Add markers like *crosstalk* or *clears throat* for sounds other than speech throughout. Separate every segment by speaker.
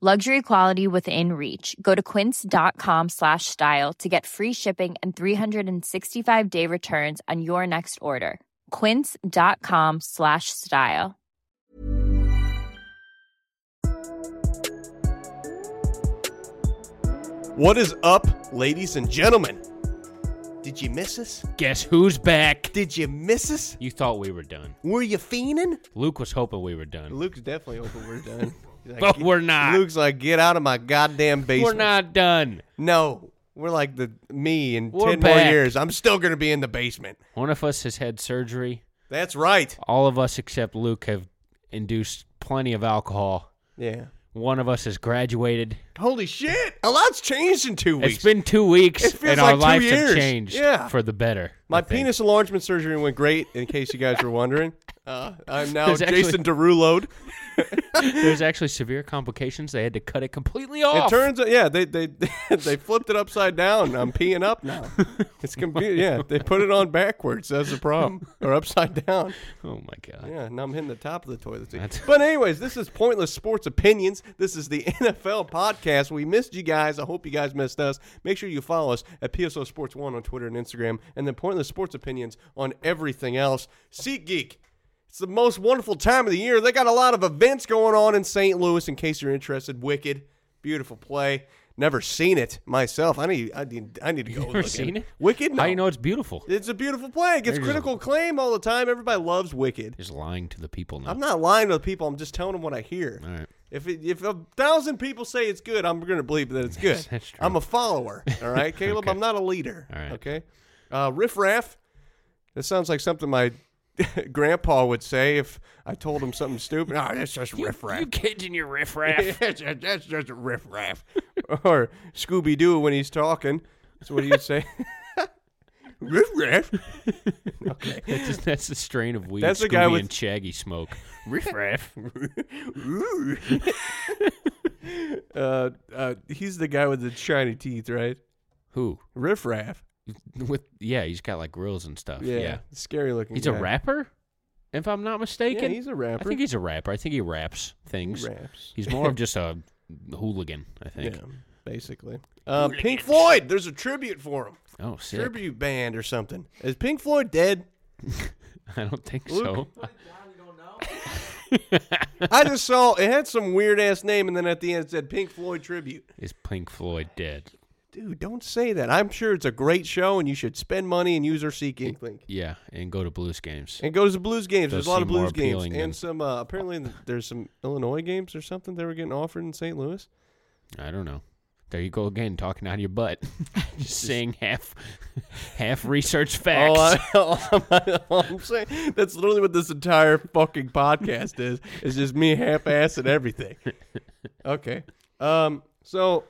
Speaker 1: Luxury quality within reach. Go to quince.com slash style to get free shipping and 365 day returns on your next order. Quince.com slash style.
Speaker 2: What is up, ladies and gentlemen? Did you miss us?
Speaker 3: Guess who's back?
Speaker 2: Did you miss us?
Speaker 3: You thought we were done.
Speaker 2: Were you fiending?
Speaker 3: Luke was hoping we were done.
Speaker 2: Luke's definitely hoping we're *laughs* done. He's like,
Speaker 3: But
Speaker 2: "Get-"
Speaker 3: we're not.
Speaker 2: Luke's like, get out of my goddamn
Speaker 3: we're
Speaker 2: basement.
Speaker 3: not done.
Speaker 2: No, we're like the me in
Speaker 3: We're
Speaker 2: ten more
Speaker 3: back.
Speaker 2: years. I'm still gonna be in the basement.
Speaker 3: One of us has had surgery.
Speaker 2: That's right.
Speaker 3: All of us except Luke have induced plenty of alcohol.
Speaker 2: Yeah.
Speaker 3: One of us has graduated.
Speaker 2: Holy shit! A lot's changed in two weeks.
Speaker 3: It's been two weeks,
Speaker 2: It feels
Speaker 3: and our
Speaker 2: like
Speaker 3: lives
Speaker 2: two years.
Speaker 3: have changed
Speaker 2: Yeah.
Speaker 3: for the better. I
Speaker 2: my
Speaker 3: think.
Speaker 2: penis enlargement surgery went great. In case you guys were wondering, uh,
Speaker 3: *laughs*
Speaker 2: I'm now
Speaker 3: There's actually-
Speaker 2: Jason Deruloed.
Speaker 3: There's actually severe complications. They had to cut it completely off.
Speaker 2: It turns out, yeah, they they *laughs* they flipped it upside down. I'm peeing up now. It's confusing. Yeah, they put it on backwards. That's the problem, or upside down.
Speaker 3: oh my god.
Speaker 2: Yeah, now I'm hitting the top of the toilet seat.
Speaker 3: That's-
Speaker 2: But anyways, this is pointless sports opinions. This is the *laughs* NFL podcast. We missed you guys. I hope you guys missed us. Make sure you follow us at PSO Sports One on Twitter and Instagram, and then pointless sports opinions on everything else. SeatGeek. It's the most wonderful time of the year. They got a lot of events going on in St. Louis. In case you're interested, Wicked, beautiful play. Never seen it myself. I need. I need. I need to go.
Speaker 3: You
Speaker 2: look
Speaker 3: ever
Speaker 2: at
Speaker 3: seen it?
Speaker 2: Wicked. No.
Speaker 3: How do you know it's beautiful?
Speaker 2: It's a beautiful play. It gets
Speaker 3: They're just-
Speaker 2: critical acclaim all the time. Everybody loves Wicked.
Speaker 3: Just lying to the people now.
Speaker 2: I'm not lying to the people. I'm just telling them what I hear.
Speaker 3: All right.
Speaker 2: If it, if a thousand people say it's good, I'm going to believe
Speaker 3: *laughs*
Speaker 2: that it's good.
Speaker 3: That's true.
Speaker 2: I'm a follower. All
Speaker 3: *laughs*
Speaker 2: right, Caleb.
Speaker 3: Okay.
Speaker 2: I'm not a leader.
Speaker 3: All right.
Speaker 2: Okay. Uh, Riff raff. That sounds like something my *laughs* grandpa would say if I told him something stupid. Ah, that's just riff raff. *laughs*
Speaker 3: You kids in your riffraff.
Speaker 2: that's, just- that's just riff raff. *laughs* or Scooby Doo when he's talking. So what do you say? *laughs* riff raff. Okay.
Speaker 3: that's, just, that's the strain of weed.
Speaker 2: That's the
Speaker 3: That's the
Speaker 2: guy with-
Speaker 3: and Shaggy smoke.
Speaker 2: *laughs*
Speaker 3: Riffraff.
Speaker 2: Ooh. *laughs* uh, uh, he's the guy with the shiny teeth, right?
Speaker 3: Who?
Speaker 2: Riff Raff.
Speaker 3: With yeah, he's got like grills and stuff.
Speaker 2: Yeah,
Speaker 3: Yeah,
Speaker 2: scary looking.
Speaker 3: he's
Speaker 2: guy.
Speaker 3: a rapper. If I'm not mistaken,
Speaker 2: Yeah, he's a rapper.
Speaker 3: I think he's a rapper. I think he raps things.
Speaker 2: raps.
Speaker 3: He's more of just a hooligan. I think.
Speaker 2: Yeah, basically. Uh, Pink Floyd. There's a tribute for him.
Speaker 3: Oh, sick.
Speaker 2: Tribute band or something. Is Pink Floyd dead?
Speaker 3: *laughs* I don't think
Speaker 2: Luke.
Speaker 3: so.
Speaker 2: I just saw it had some weird ass name, and then at the end it said Pink Floyd tribute.
Speaker 3: Is Pink Floyd dead?
Speaker 2: Dude, don't say that. I'm sure it's a great show, and you should spend money and use our SeatGeek link.
Speaker 3: Yeah, and go to Blues games.
Speaker 2: And goes to Blues games.
Speaker 3: Does
Speaker 2: there's a lot of
Speaker 3: seem more
Speaker 2: Blues games,
Speaker 3: appealing
Speaker 2: and
Speaker 3: than-
Speaker 2: some uh, apparently th- there's some Illinois games or something they were getting offered in St. Louis.
Speaker 3: I don't know. There you go again, talking out of your butt, *laughs* just saying half, half research facts.
Speaker 2: *laughs* All, I, am saying that's literally what this entire fucking podcast is.
Speaker 3: *laughs*
Speaker 2: It's just me half-assing everything. Okay. Um. So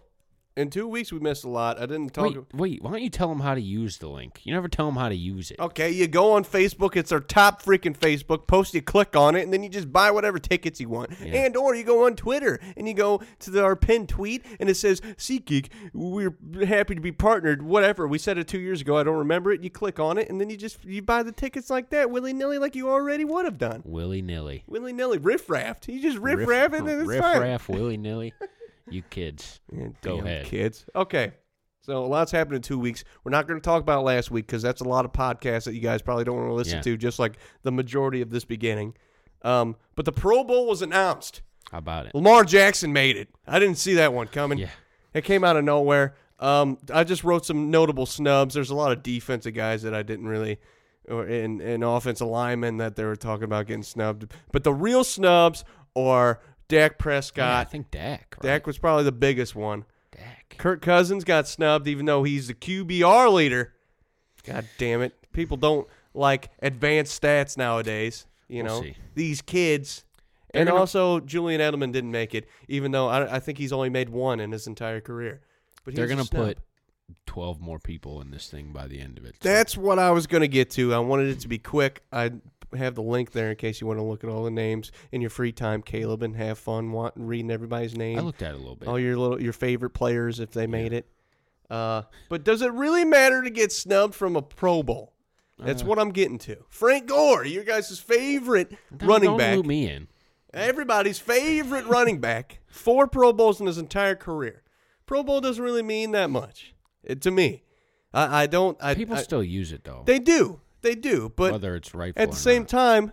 Speaker 2: in two weeks we missed a lot. I didn't talk.
Speaker 3: Wait, wait, why don't you tell them how to use the link? You never tell them how to use it.
Speaker 2: Okay, you go on Facebook. It's our top freaking Facebook post. You click on it, and then you just buy whatever tickets you want.
Speaker 3: Yeah.
Speaker 2: And or you go on Twitter and you go to the, our pinned tweet, and it says SeatGeek. We're happy to be partnered. Whatever we said it two years ago. I don't remember it. You click on it, and then you just you buy the tickets like that willy nilly, like you already would have done.
Speaker 3: Willy nilly.
Speaker 2: Willy nilly, riff raff. You just riff raff, and then it's
Speaker 3: riff
Speaker 2: fine.
Speaker 3: raff, willy nilly. You kids,
Speaker 2: Yeah,
Speaker 3: go
Speaker 2: damn
Speaker 3: ahead.
Speaker 2: kids. Okay. So a lot's happened in two weeks. We're not going to talk about last week because that's a lot of podcasts that you guys probably don't want to listen
Speaker 3: Yeah.
Speaker 2: to, just like the majority of this beginning. Um, but the Pro Bowl was announced.
Speaker 3: How about it?
Speaker 2: Lamar Jackson made it. I didn't see that one coming.
Speaker 3: Yeah.
Speaker 2: It came out of nowhere. Um, I just wrote some notable snubs. There's a lot of defensive guys that I didn't really, or in in offensive linemen that they were talking about getting snubbed. But the real snubs are Dak
Speaker 3: Yeah, I
Speaker 2: Prescott.
Speaker 3: think Dak. Right?
Speaker 2: Dak was probably the biggest one.
Speaker 3: Dak.
Speaker 2: Kirk Cousins got snubbed, even though he's the QBR leader. God damn it! People don't like advanced stats nowadays. You
Speaker 3: We'll
Speaker 2: know
Speaker 3: see.
Speaker 2: these kids,
Speaker 3: They're
Speaker 2: and
Speaker 3: gonna-
Speaker 2: also Julian Edelman didn't make it, even though I, I think he's only made one in his entire career. But he
Speaker 3: They're
Speaker 2: was a
Speaker 3: gonna
Speaker 2: snub.
Speaker 3: put twelve more people in this thing by the end of it. so-
Speaker 2: That's what I was going to get to. I wanted it to be quick. I have the link there in case you want to look at all the names in your free time, Caleb, and have fun wa- reading everybody's name.
Speaker 3: I looked at it a little bit.
Speaker 2: all your little your favorite players if they made it. Uh, but does it really matter to get snubbed from a Pro Bowl? That's
Speaker 3: Uh.
Speaker 2: what I'm getting to. Frank Gore, your guys' favorite
Speaker 3: Don't-
Speaker 2: running
Speaker 3: don't
Speaker 2: back,
Speaker 3: Loop me in.
Speaker 2: everybody's favorite running back, four Pro Bowls in his entire career. Pro Bowl doesn't really mean that much it, to me. I, I don't. I,
Speaker 3: People
Speaker 2: I-
Speaker 3: still use it though.
Speaker 2: they do, they do. But
Speaker 3: whether it's right
Speaker 2: at the same time,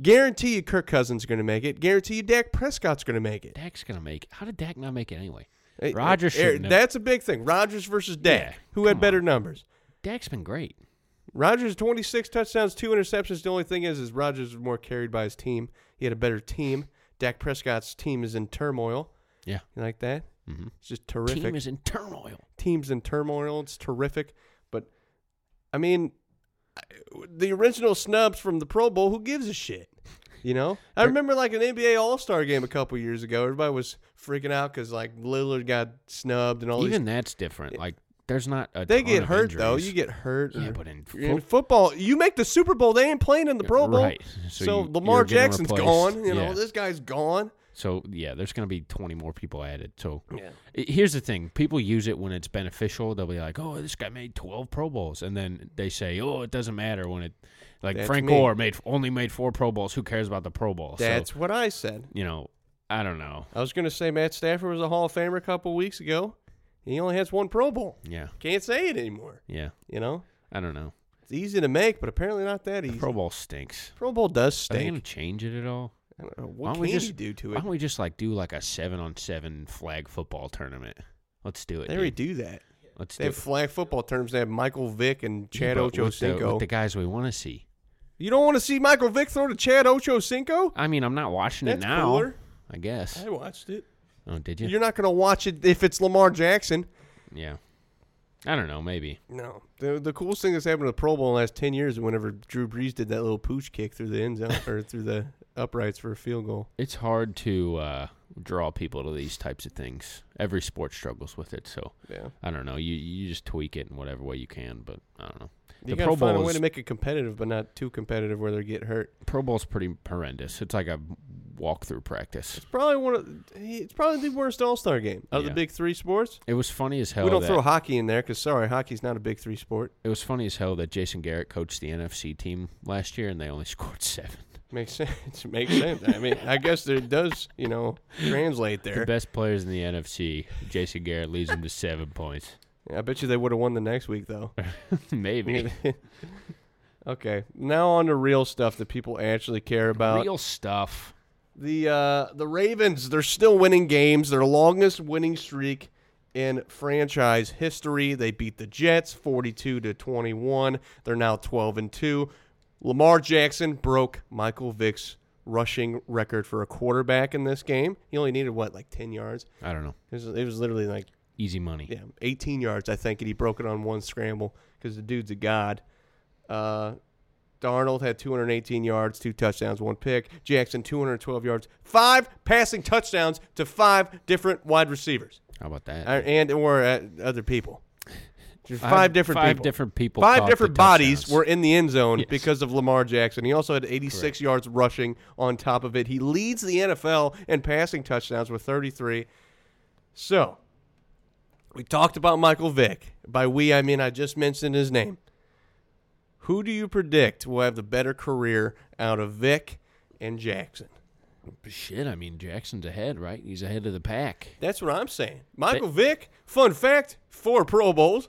Speaker 2: guarantee you Kirk Cousins is going to make it. Guarantee you Dak Prescott's going to make it.
Speaker 3: Dak's gonna make. How did Dak not make it anyway?
Speaker 2: Hey,
Speaker 3: Rodgers
Speaker 2: eh, eh,
Speaker 3: shouldn't have-
Speaker 2: That's a big thing. Rodgers versus Dak.
Speaker 3: Yeah,
Speaker 2: Who had
Speaker 3: come
Speaker 2: better
Speaker 3: on.
Speaker 2: numbers?
Speaker 3: Dak's been great.
Speaker 2: Rodgers 26 touchdowns, two interceptions. The only thing is, is Rodgers was more carried by his team. He had a better team. Dak Prescott's team is in turmoil.
Speaker 3: Yeah.
Speaker 2: You like that?
Speaker 3: Mm-hmm.
Speaker 2: It's just terrific.
Speaker 3: Team is in turmoil.
Speaker 2: Team's in turmoil. It's terrific. But I mean, I- the original snubs from the Pro Bowl. Who gives a shit? You know, I remember like an NBA All Star game a couple years ago. Everybody was freaking out because like Lillard got snubbed and all these
Speaker 3: Even that's different. Like there's not a.
Speaker 2: They
Speaker 3: ton
Speaker 2: get
Speaker 3: of
Speaker 2: hurt
Speaker 3: injuries.
Speaker 2: though. You get hurt.
Speaker 3: Yeah,
Speaker 2: or-
Speaker 3: but in
Speaker 2: in
Speaker 3: fo-
Speaker 2: football, you make the Super Bowl. They ain't playing in the Pro Bowl.
Speaker 3: Right.
Speaker 2: So,
Speaker 3: So you-
Speaker 2: Lamar
Speaker 3: you're getting
Speaker 2: Jackson's
Speaker 3: replaced.
Speaker 2: gone. You know
Speaker 3: Yeah.
Speaker 2: this guy's gone.
Speaker 3: So yeah, there's gonna be 20 more people added. So I- here's the thing: people use it when it's beneficial. They'll be like, "Oh, this guy made 12 Pro Bowls," and then they say, "Oh, it doesn't matter when it." Like
Speaker 2: That's
Speaker 3: Frank
Speaker 2: me.
Speaker 3: Gore made only made four Pro Bowls. Who cares about the Pro Bowl?
Speaker 2: That's
Speaker 3: so,
Speaker 2: what I said.
Speaker 3: you know. I don't know.
Speaker 2: I was gonna say Matt Stafford was a Hall of Famer a couple weeks ago. He only has one Pro Bowl.
Speaker 3: Yeah,
Speaker 2: Can't say it anymore.
Speaker 3: yeah.
Speaker 2: You know
Speaker 3: I don't know.
Speaker 2: it's easy to make, but apparently not that
Speaker 3: The
Speaker 2: easy.
Speaker 3: Pro Bowl stinks.
Speaker 2: Pro Bowl does
Speaker 3: Are they gonna
Speaker 2: stink.
Speaker 3: change it at all?
Speaker 2: I don't know.
Speaker 3: Why
Speaker 2: What
Speaker 3: don't
Speaker 2: can
Speaker 3: we just
Speaker 2: you do to
Speaker 3: Why
Speaker 2: it?
Speaker 3: don't we just like do like a seven on seven flag football tournament? Let's do it.
Speaker 2: They already
Speaker 3: dude.
Speaker 2: do that.
Speaker 3: Let's
Speaker 2: They
Speaker 3: do
Speaker 2: have
Speaker 3: it.
Speaker 2: flag football terms. They have Michael Vick and
Speaker 3: Yeah,
Speaker 2: Chad
Speaker 3: but with the-
Speaker 2: Ochocinco.
Speaker 3: with the guys we want to see.
Speaker 2: you don't want to see Michael Vick throw to Chad Ochocinco?
Speaker 3: I mean, I'm not watching
Speaker 2: That's
Speaker 3: it now.
Speaker 2: cooler.
Speaker 3: I guess.
Speaker 2: I watched it.
Speaker 3: Oh, did you?
Speaker 2: You're not going to watch it if it's Lamar Jackson.
Speaker 3: yeah. I don't know. Maybe.
Speaker 2: No. The, the coolest thing that's happened to the Pro Bowl in the last 10 years is whenever Drew Brees did that little pooch kick through the end
Speaker 3: *laughs*
Speaker 2: zone or through the uprights for a field goal.
Speaker 3: It's hard to uh, draw people to these types of things. Every sport struggles with it, so
Speaker 2: Yeah.
Speaker 3: I don't know. You you just tweak it in whatever way you can, but I don't know.
Speaker 2: You
Speaker 3: the
Speaker 2: got to
Speaker 3: Pro
Speaker 2: find a
Speaker 3: Bowl
Speaker 2: way
Speaker 3: is
Speaker 2: to make it competitive, but not too competitive where they get hurt.
Speaker 3: Pro Bowl's pretty horrendous. It's like a walkthrough practice.
Speaker 2: It's probably one of he- it's probably the worst All Star game of the
Speaker 3: Yeah.
Speaker 2: big three sports.
Speaker 3: It was funny as hell.
Speaker 2: we don't
Speaker 3: that,
Speaker 2: throw hockey in there because sorry, hockey's not a big three sport.
Speaker 3: It was funny as hell that Jason Garrett coached the NFC team last year and they only *laughs* scored seven.
Speaker 2: Makes *laughs* sense. Makes sense. I mean, I guess there does you
Speaker 3: *laughs*
Speaker 2: know translate
Speaker 3: The
Speaker 2: there.
Speaker 3: best players in the NFC, Jason Garrett leads them to seven points. *laughs*
Speaker 2: I bet you they would have won the next week though.
Speaker 3: Maybe.
Speaker 2: *laughs* okay, now on to real stuff that people actually care about.
Speaker 3: Real stuff.
Speaker 2: The uh, the Ravens, they're still winning games. Their longest winning streak in franchise history. They beat the Jets 42 to 21. They're now 12 and 2. Lamar Jackson broke Michael Vick's rushing record for a quarterback in this game. He only needed what like 10 yards.
Speaker 3: I don't know.
Speaker 2: It was, it was literally like
Speaker 3: Easy money.
Speaker 2: yeah, 18 yards, I think, and he broke it on one scramble because the dude's a god. Uh, Darnold had 218 yards, two touchdowns, one pick. Jackson, 212 yards, five passing touchdowns to five different wide receivers.
Speaker 3: How about that?
Speaker 2: Uh, and or at other people. There's
Speaker 3: Five-
Speaker 2: Five, different
Speaker 3: five
Speaker 2: people.
Speaker 3: different people
Speaker 2: Five
Speaker 3: caught
Speaker 2: different
Speaker 3: the
Speaker 2: bodies
Speaker 3: touchdowns.
Speaker 2: were in the end zone
Speaker 3: Yes.
Speaker 2: because of Lamar Jackson. He also had 86 yards rushing on top of it. He leads the NFL in passing touchdowns with 33. So, we talked about Michael Vick. By we, I mean I just mentioned his name. Who do you predict will have the better career out of Vick and Jackson?
Speaker 3: Shit, I mean Jackson's ahead, right? He's ahead of the pack.
Speaker 2: That's what I'm saying. Michael Vick, fun fact, four Pro Bowls.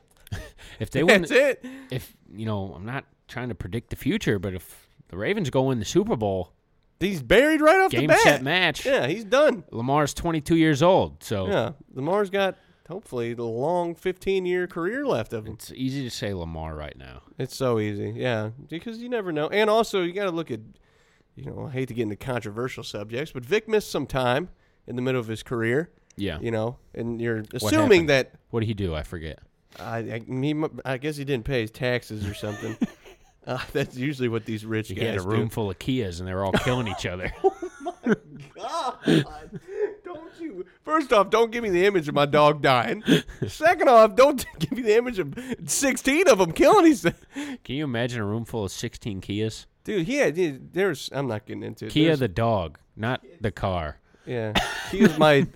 Speaker 3: If
Speaker 2: *laughs*
Speaker 3: they win,
Speaker 2: That's it.
Speaker 3: if you know, I'm not trying to predict the future, but if the Ravens go in the Super Bowl,
Speaker 2: He's buried right off the
Speaker 3: Game,
Speaker 2: bat.
Speaker 3: set, match. Oh.
Speaker 2: Yeah, he's done.
Speaker 3: Lamar's 22 years old, so
Speaker 2: Yeah, Lamar's got hopefully the long 15 year career left of him.
Speaker 3: it's easy to say Lamar right now.
Speaker 2: It's so easy. Yeah, because you never know. And also, you got to look at, you know, I hate to get into controversial subjects, but Vic missed some time in the middle of his career.
Speaker 3: Yeah.
Speaker 2: You know, and you're
Speaker 3: What
Speaker 2: assuming
Speaker 3: happened?
Speaker 2: that
Speaker 3: What did he do? I forget.
Speaker 2: I, I, he, mu- I guess he didn't pay his taxes or
Speaker 3: *laughs*
Speaker 2: something. uh, that's usually what these rich
Speaker 3: He
Speaker 2: guys
Speaker 3: had a
Speaker 2: do.
Speaker 3: room full of Kias, and they were all killing each other.
Speaker 2: *laughs*
Speaker 3: *laughs*
Speaker 2: God, *laughs* don't you? First off, don't give me the image of my dog dying. Second off, don't *laughs* give me the image of sixteen of them killing these.
Speaker 3: Can you imagine a room full of 16 Kias?
Speaker 2: Dude, he had he- there's. I'm not getting into it.
Speaker 3: Kia
Speaker 2: There's-
Speaker 3: the dog, not the car.
Speaker 2: yeah. Kia's my *laughs*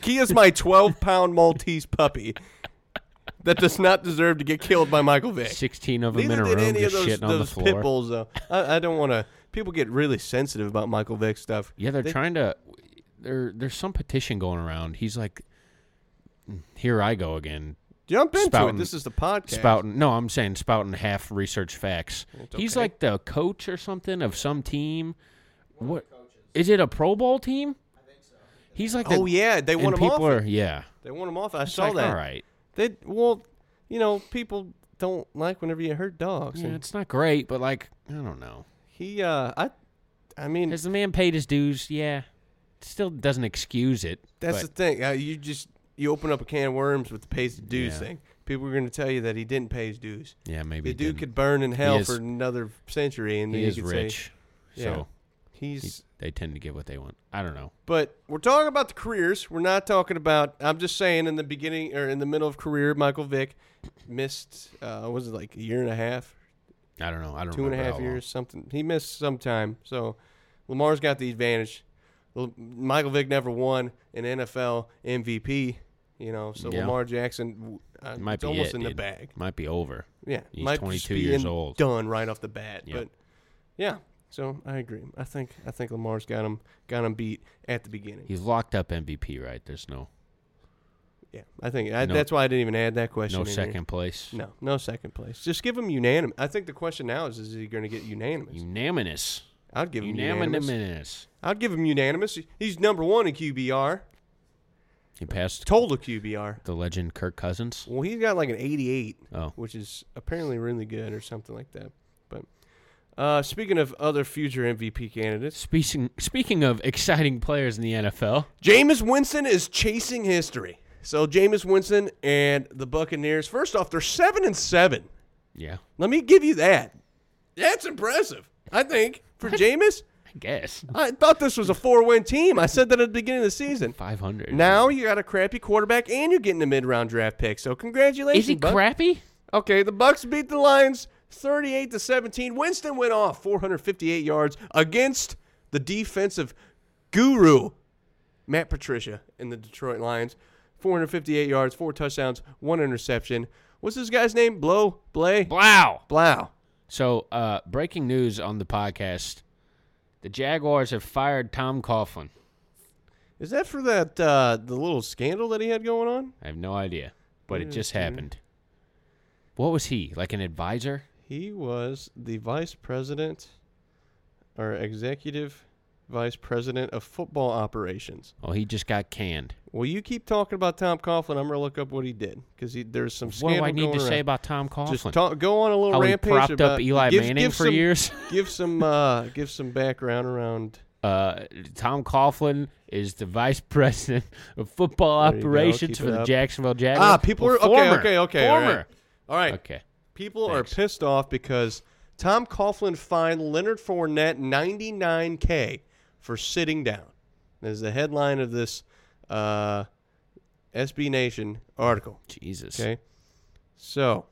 Speaker 2: Kia's my 12 pound Maltese puppy that does not deserve to get killed by Michael Vick.
Speaker 3: 16 of them
Speaker 2: Neither
Speaker 3: in a
Speaker 2: did
Speaker 3: room
Speaker 2: any of
Speaker 3: just
Speaker 2: those,
Speaker 3: shitting on the
Speaker 2: those
Speaker 3: floor.
Speaker 2: pit bulls though. I, I don't want to. People get really sensitive about Michael Vick stuff.
Speaker 3: Yeah, they're
Speaker 2: They-
Speaker 3: trying to. There, there's some petition going around. He's like, here I go again,
Speaker 2: Jump into
Speaker 3: spouting-
Speaker 2: it. This is the podcast.
Speaker 3: spouting. No, I'm saying spouting half research facts. He's like the coach or something of some team. What is it? A Pro Bowl team? I think so. He's like, the-
Speaker 2: Oh, yeah, they
Speaker 3: and
Speaker 2: want him
Speaker 3: people
Speaker 2: off
Speaker 3: Are, yeah,
Speaker 2: They want him off. I
Speaker 3: It's
Speaker 2: saw
Speaker 3: like,
Speaker 2: that.
Speaker 3: All right,
Speaker 2: They well, you know, people don't like whenever you hurt dogs.
Speaker 3: yeah,
Speaker 2: and
Speaker 3: it's not great, but like, I don't know.
Speaker 2: he, uh, I, I mean,
Speaker 3: Has the man paid his dues? Yeah, still doesn't excuse it.
Speaker 2: that's
Speaker 3: but-
Speaker 2: the thing. Uh, you just you open up a can of worms with the pays the dues
Speaker 3: Yeah.
Speaker 2: thing. People are going to tell you that he didn't pay his dues.
Speaker 3: yeah, maybe
Speaker 2: the
Speaker 3: he
Speaker 2: dude
Speaker 3: didn't.
Speaker 2: could burn in hell
Speaker 3: is-
Speaker 2: for another century, and
Speaker 3: He
Speaker 2: then
Speaker 3: is
Speaker 2: you could
Speaker 3: rich,
Speaker 2: Say, yeah,
Speaker 3: so
Speaker 2: he's.
Speaker 3: he- they tend to get what they want. I don't know.
Speaker 2: but we're talking about the careers. We're not talking about. I'm just saying in the beginning or in the middle of career, Michael Vick missed. Uh, was it like a year and a half?
Speaker 3: I don't know. I don't
Speaker 2: two and a
Speaker 3: remember
Speaker 2: half
Speaker 3: how long.
Speaker 2: years, something. He missed some time, so Lamar's got the advantage. L- Michael Vick never won an NFL MVP, you know, so
Speaker 3: Yeah.
Speaker 2: Lamar Jackson w- uh,
Speaker 3: It might
Speaker 2: it's
Speaker 3: be
Speaker 2: almost
Speaker 3: it,
Speaker 2: in the
Speaker 3: dude.
Speaker 2: bag.
Speaker 3: Might be over.
Speaker 2: Yeah,
Speaker 3: He's
Speaker 2: might just
Speaker 3: 22
Speaker 2: be
Speaker 3: years
Speaker 2: in-
Speaker 3: old.
Speaker 2: done right off the bat.
Speaker 3: Yeah.
Speaker 2: But yeah, so I agree. I think I think Lamar's got him got him beat at the beginning.
Speaker 3: He's locked up MVP, right? There's no
Speaker 2: yeah, I think I,
Speaker 3: No-
Speaker 2: that's why I didn't even add that question.
Speaker 3: no
Speaker 2: in here.
Speaker 3: second place.
Speaker 2: No, no second place. Just give him unanimous. I think the question now is: Is he going to get unanimous?
Speaker 3: Unanimous.
Speaker 2: I'd give him unanimous.
Speaker 3: Unanimous.
Speaker 2: I'd give him unanimous. He's number one in QBR,
Speaker 3: He passed
Speaker 2: total QBR.
Speaker 3: the legend Kirk Cousins.
Speaker 2: Well, he's got like an 88,
Speaker 3: Oh.
Speaker 2: which is apparently really good or something like that. But uh, speaking of other future MVP candidates,
Speaker 3: Speaking speaking of exciting players in the NFL,
Speaker 2: Jameis Winston is chasing history. So Jameis Winston and the Buccaneers. First off, they're seven and seven.
Speaker 3: yeah,
Speaker 2: Let me give you that. That's impressive. I think for Jameis.
Speaker 3: I guess
Speaker 2: I thought this was a four-win team. I said that at the beginning of the season.
Speaker 3: 500.
Speaker 2: Now you got a crappy quarterback and you're getting a mid round draft pick. So congratulations.
Speaker 3: is he
Speaker 2: Buck.
Speaker 3: crappy?
Speaker 2: Okay, the Bucks beat the Lions 38 to 17. Winston went off 458 yards against the defensive guru Matt Patricia in the Detroit Lions. 458 yards, four touchdowns, one interception. What's this guy's name? Blow, Blay,
Speaker 3: Wow.
Speaker 2: Blow.
Speaker 3: So, uh, breaking news on the podcast: the Jaguars have fired Tom Coughlin.
Speaker 2: Is that for that uh, the little scandal that he had going on?
Speaker 3: I have no idea, but it just happened. What was he like? An advisor?
Speaker 2: He was the vice president or executive vice president of football operations.
Speaker 3: Oh, he just got canned.
Speaker 2: Well, you keep talking about Tom Coughlin. I'm gonna look up what he did because there's some
Speaker 3: What
Speaker 2: scandal
Speaker 3: do I need
Speaker 2: going
Speaker 3: to say
Speaker 2: around.
Speaker 3: about Tom Coughlin?
Speaker 2: Just talk, go on a little
Speaker 3: How he
Speaker 2: rampage
Speaker 3: propped up
Speaker 2: about,
Speaker 3: Eli
Speaker 2: give-
Speaker 3: Manning
Speaker 2: give
Speaker 3: for
Speaker 2: some-
Speaker 3: years.
Speaker 2: give some uh, give some background around.
Speaker 3: uh, Tom Coughlin is the vice *laughs* president of football
Speaker 2: There you go.
Speaker 3: operations
Speaker 2: Keep
Speaker 3: for
Speaker 2: it
Speaker 3: the
Speaker 2: up.
Speaker 3: Jacksonville Jaguars.
Speaker 2: Ah, people
Speaker 3: Well,
Speaker 2: are okay,
Speaker 3: former-
Speaker 2: okay, okay. all right.
Speaker 3: Former.
Speaker 2: All right,
Speaker 3: Okay.
Speaker 2: people
Speaker 3: Thanks.
Speaker 2: are pissed off because Tom Coughlin fined Leonard Fournette 99k for sitting down. That is the headline of this uh, SB Nation article.
Speaker 3: Jesus.
Speaker 2: Okay. So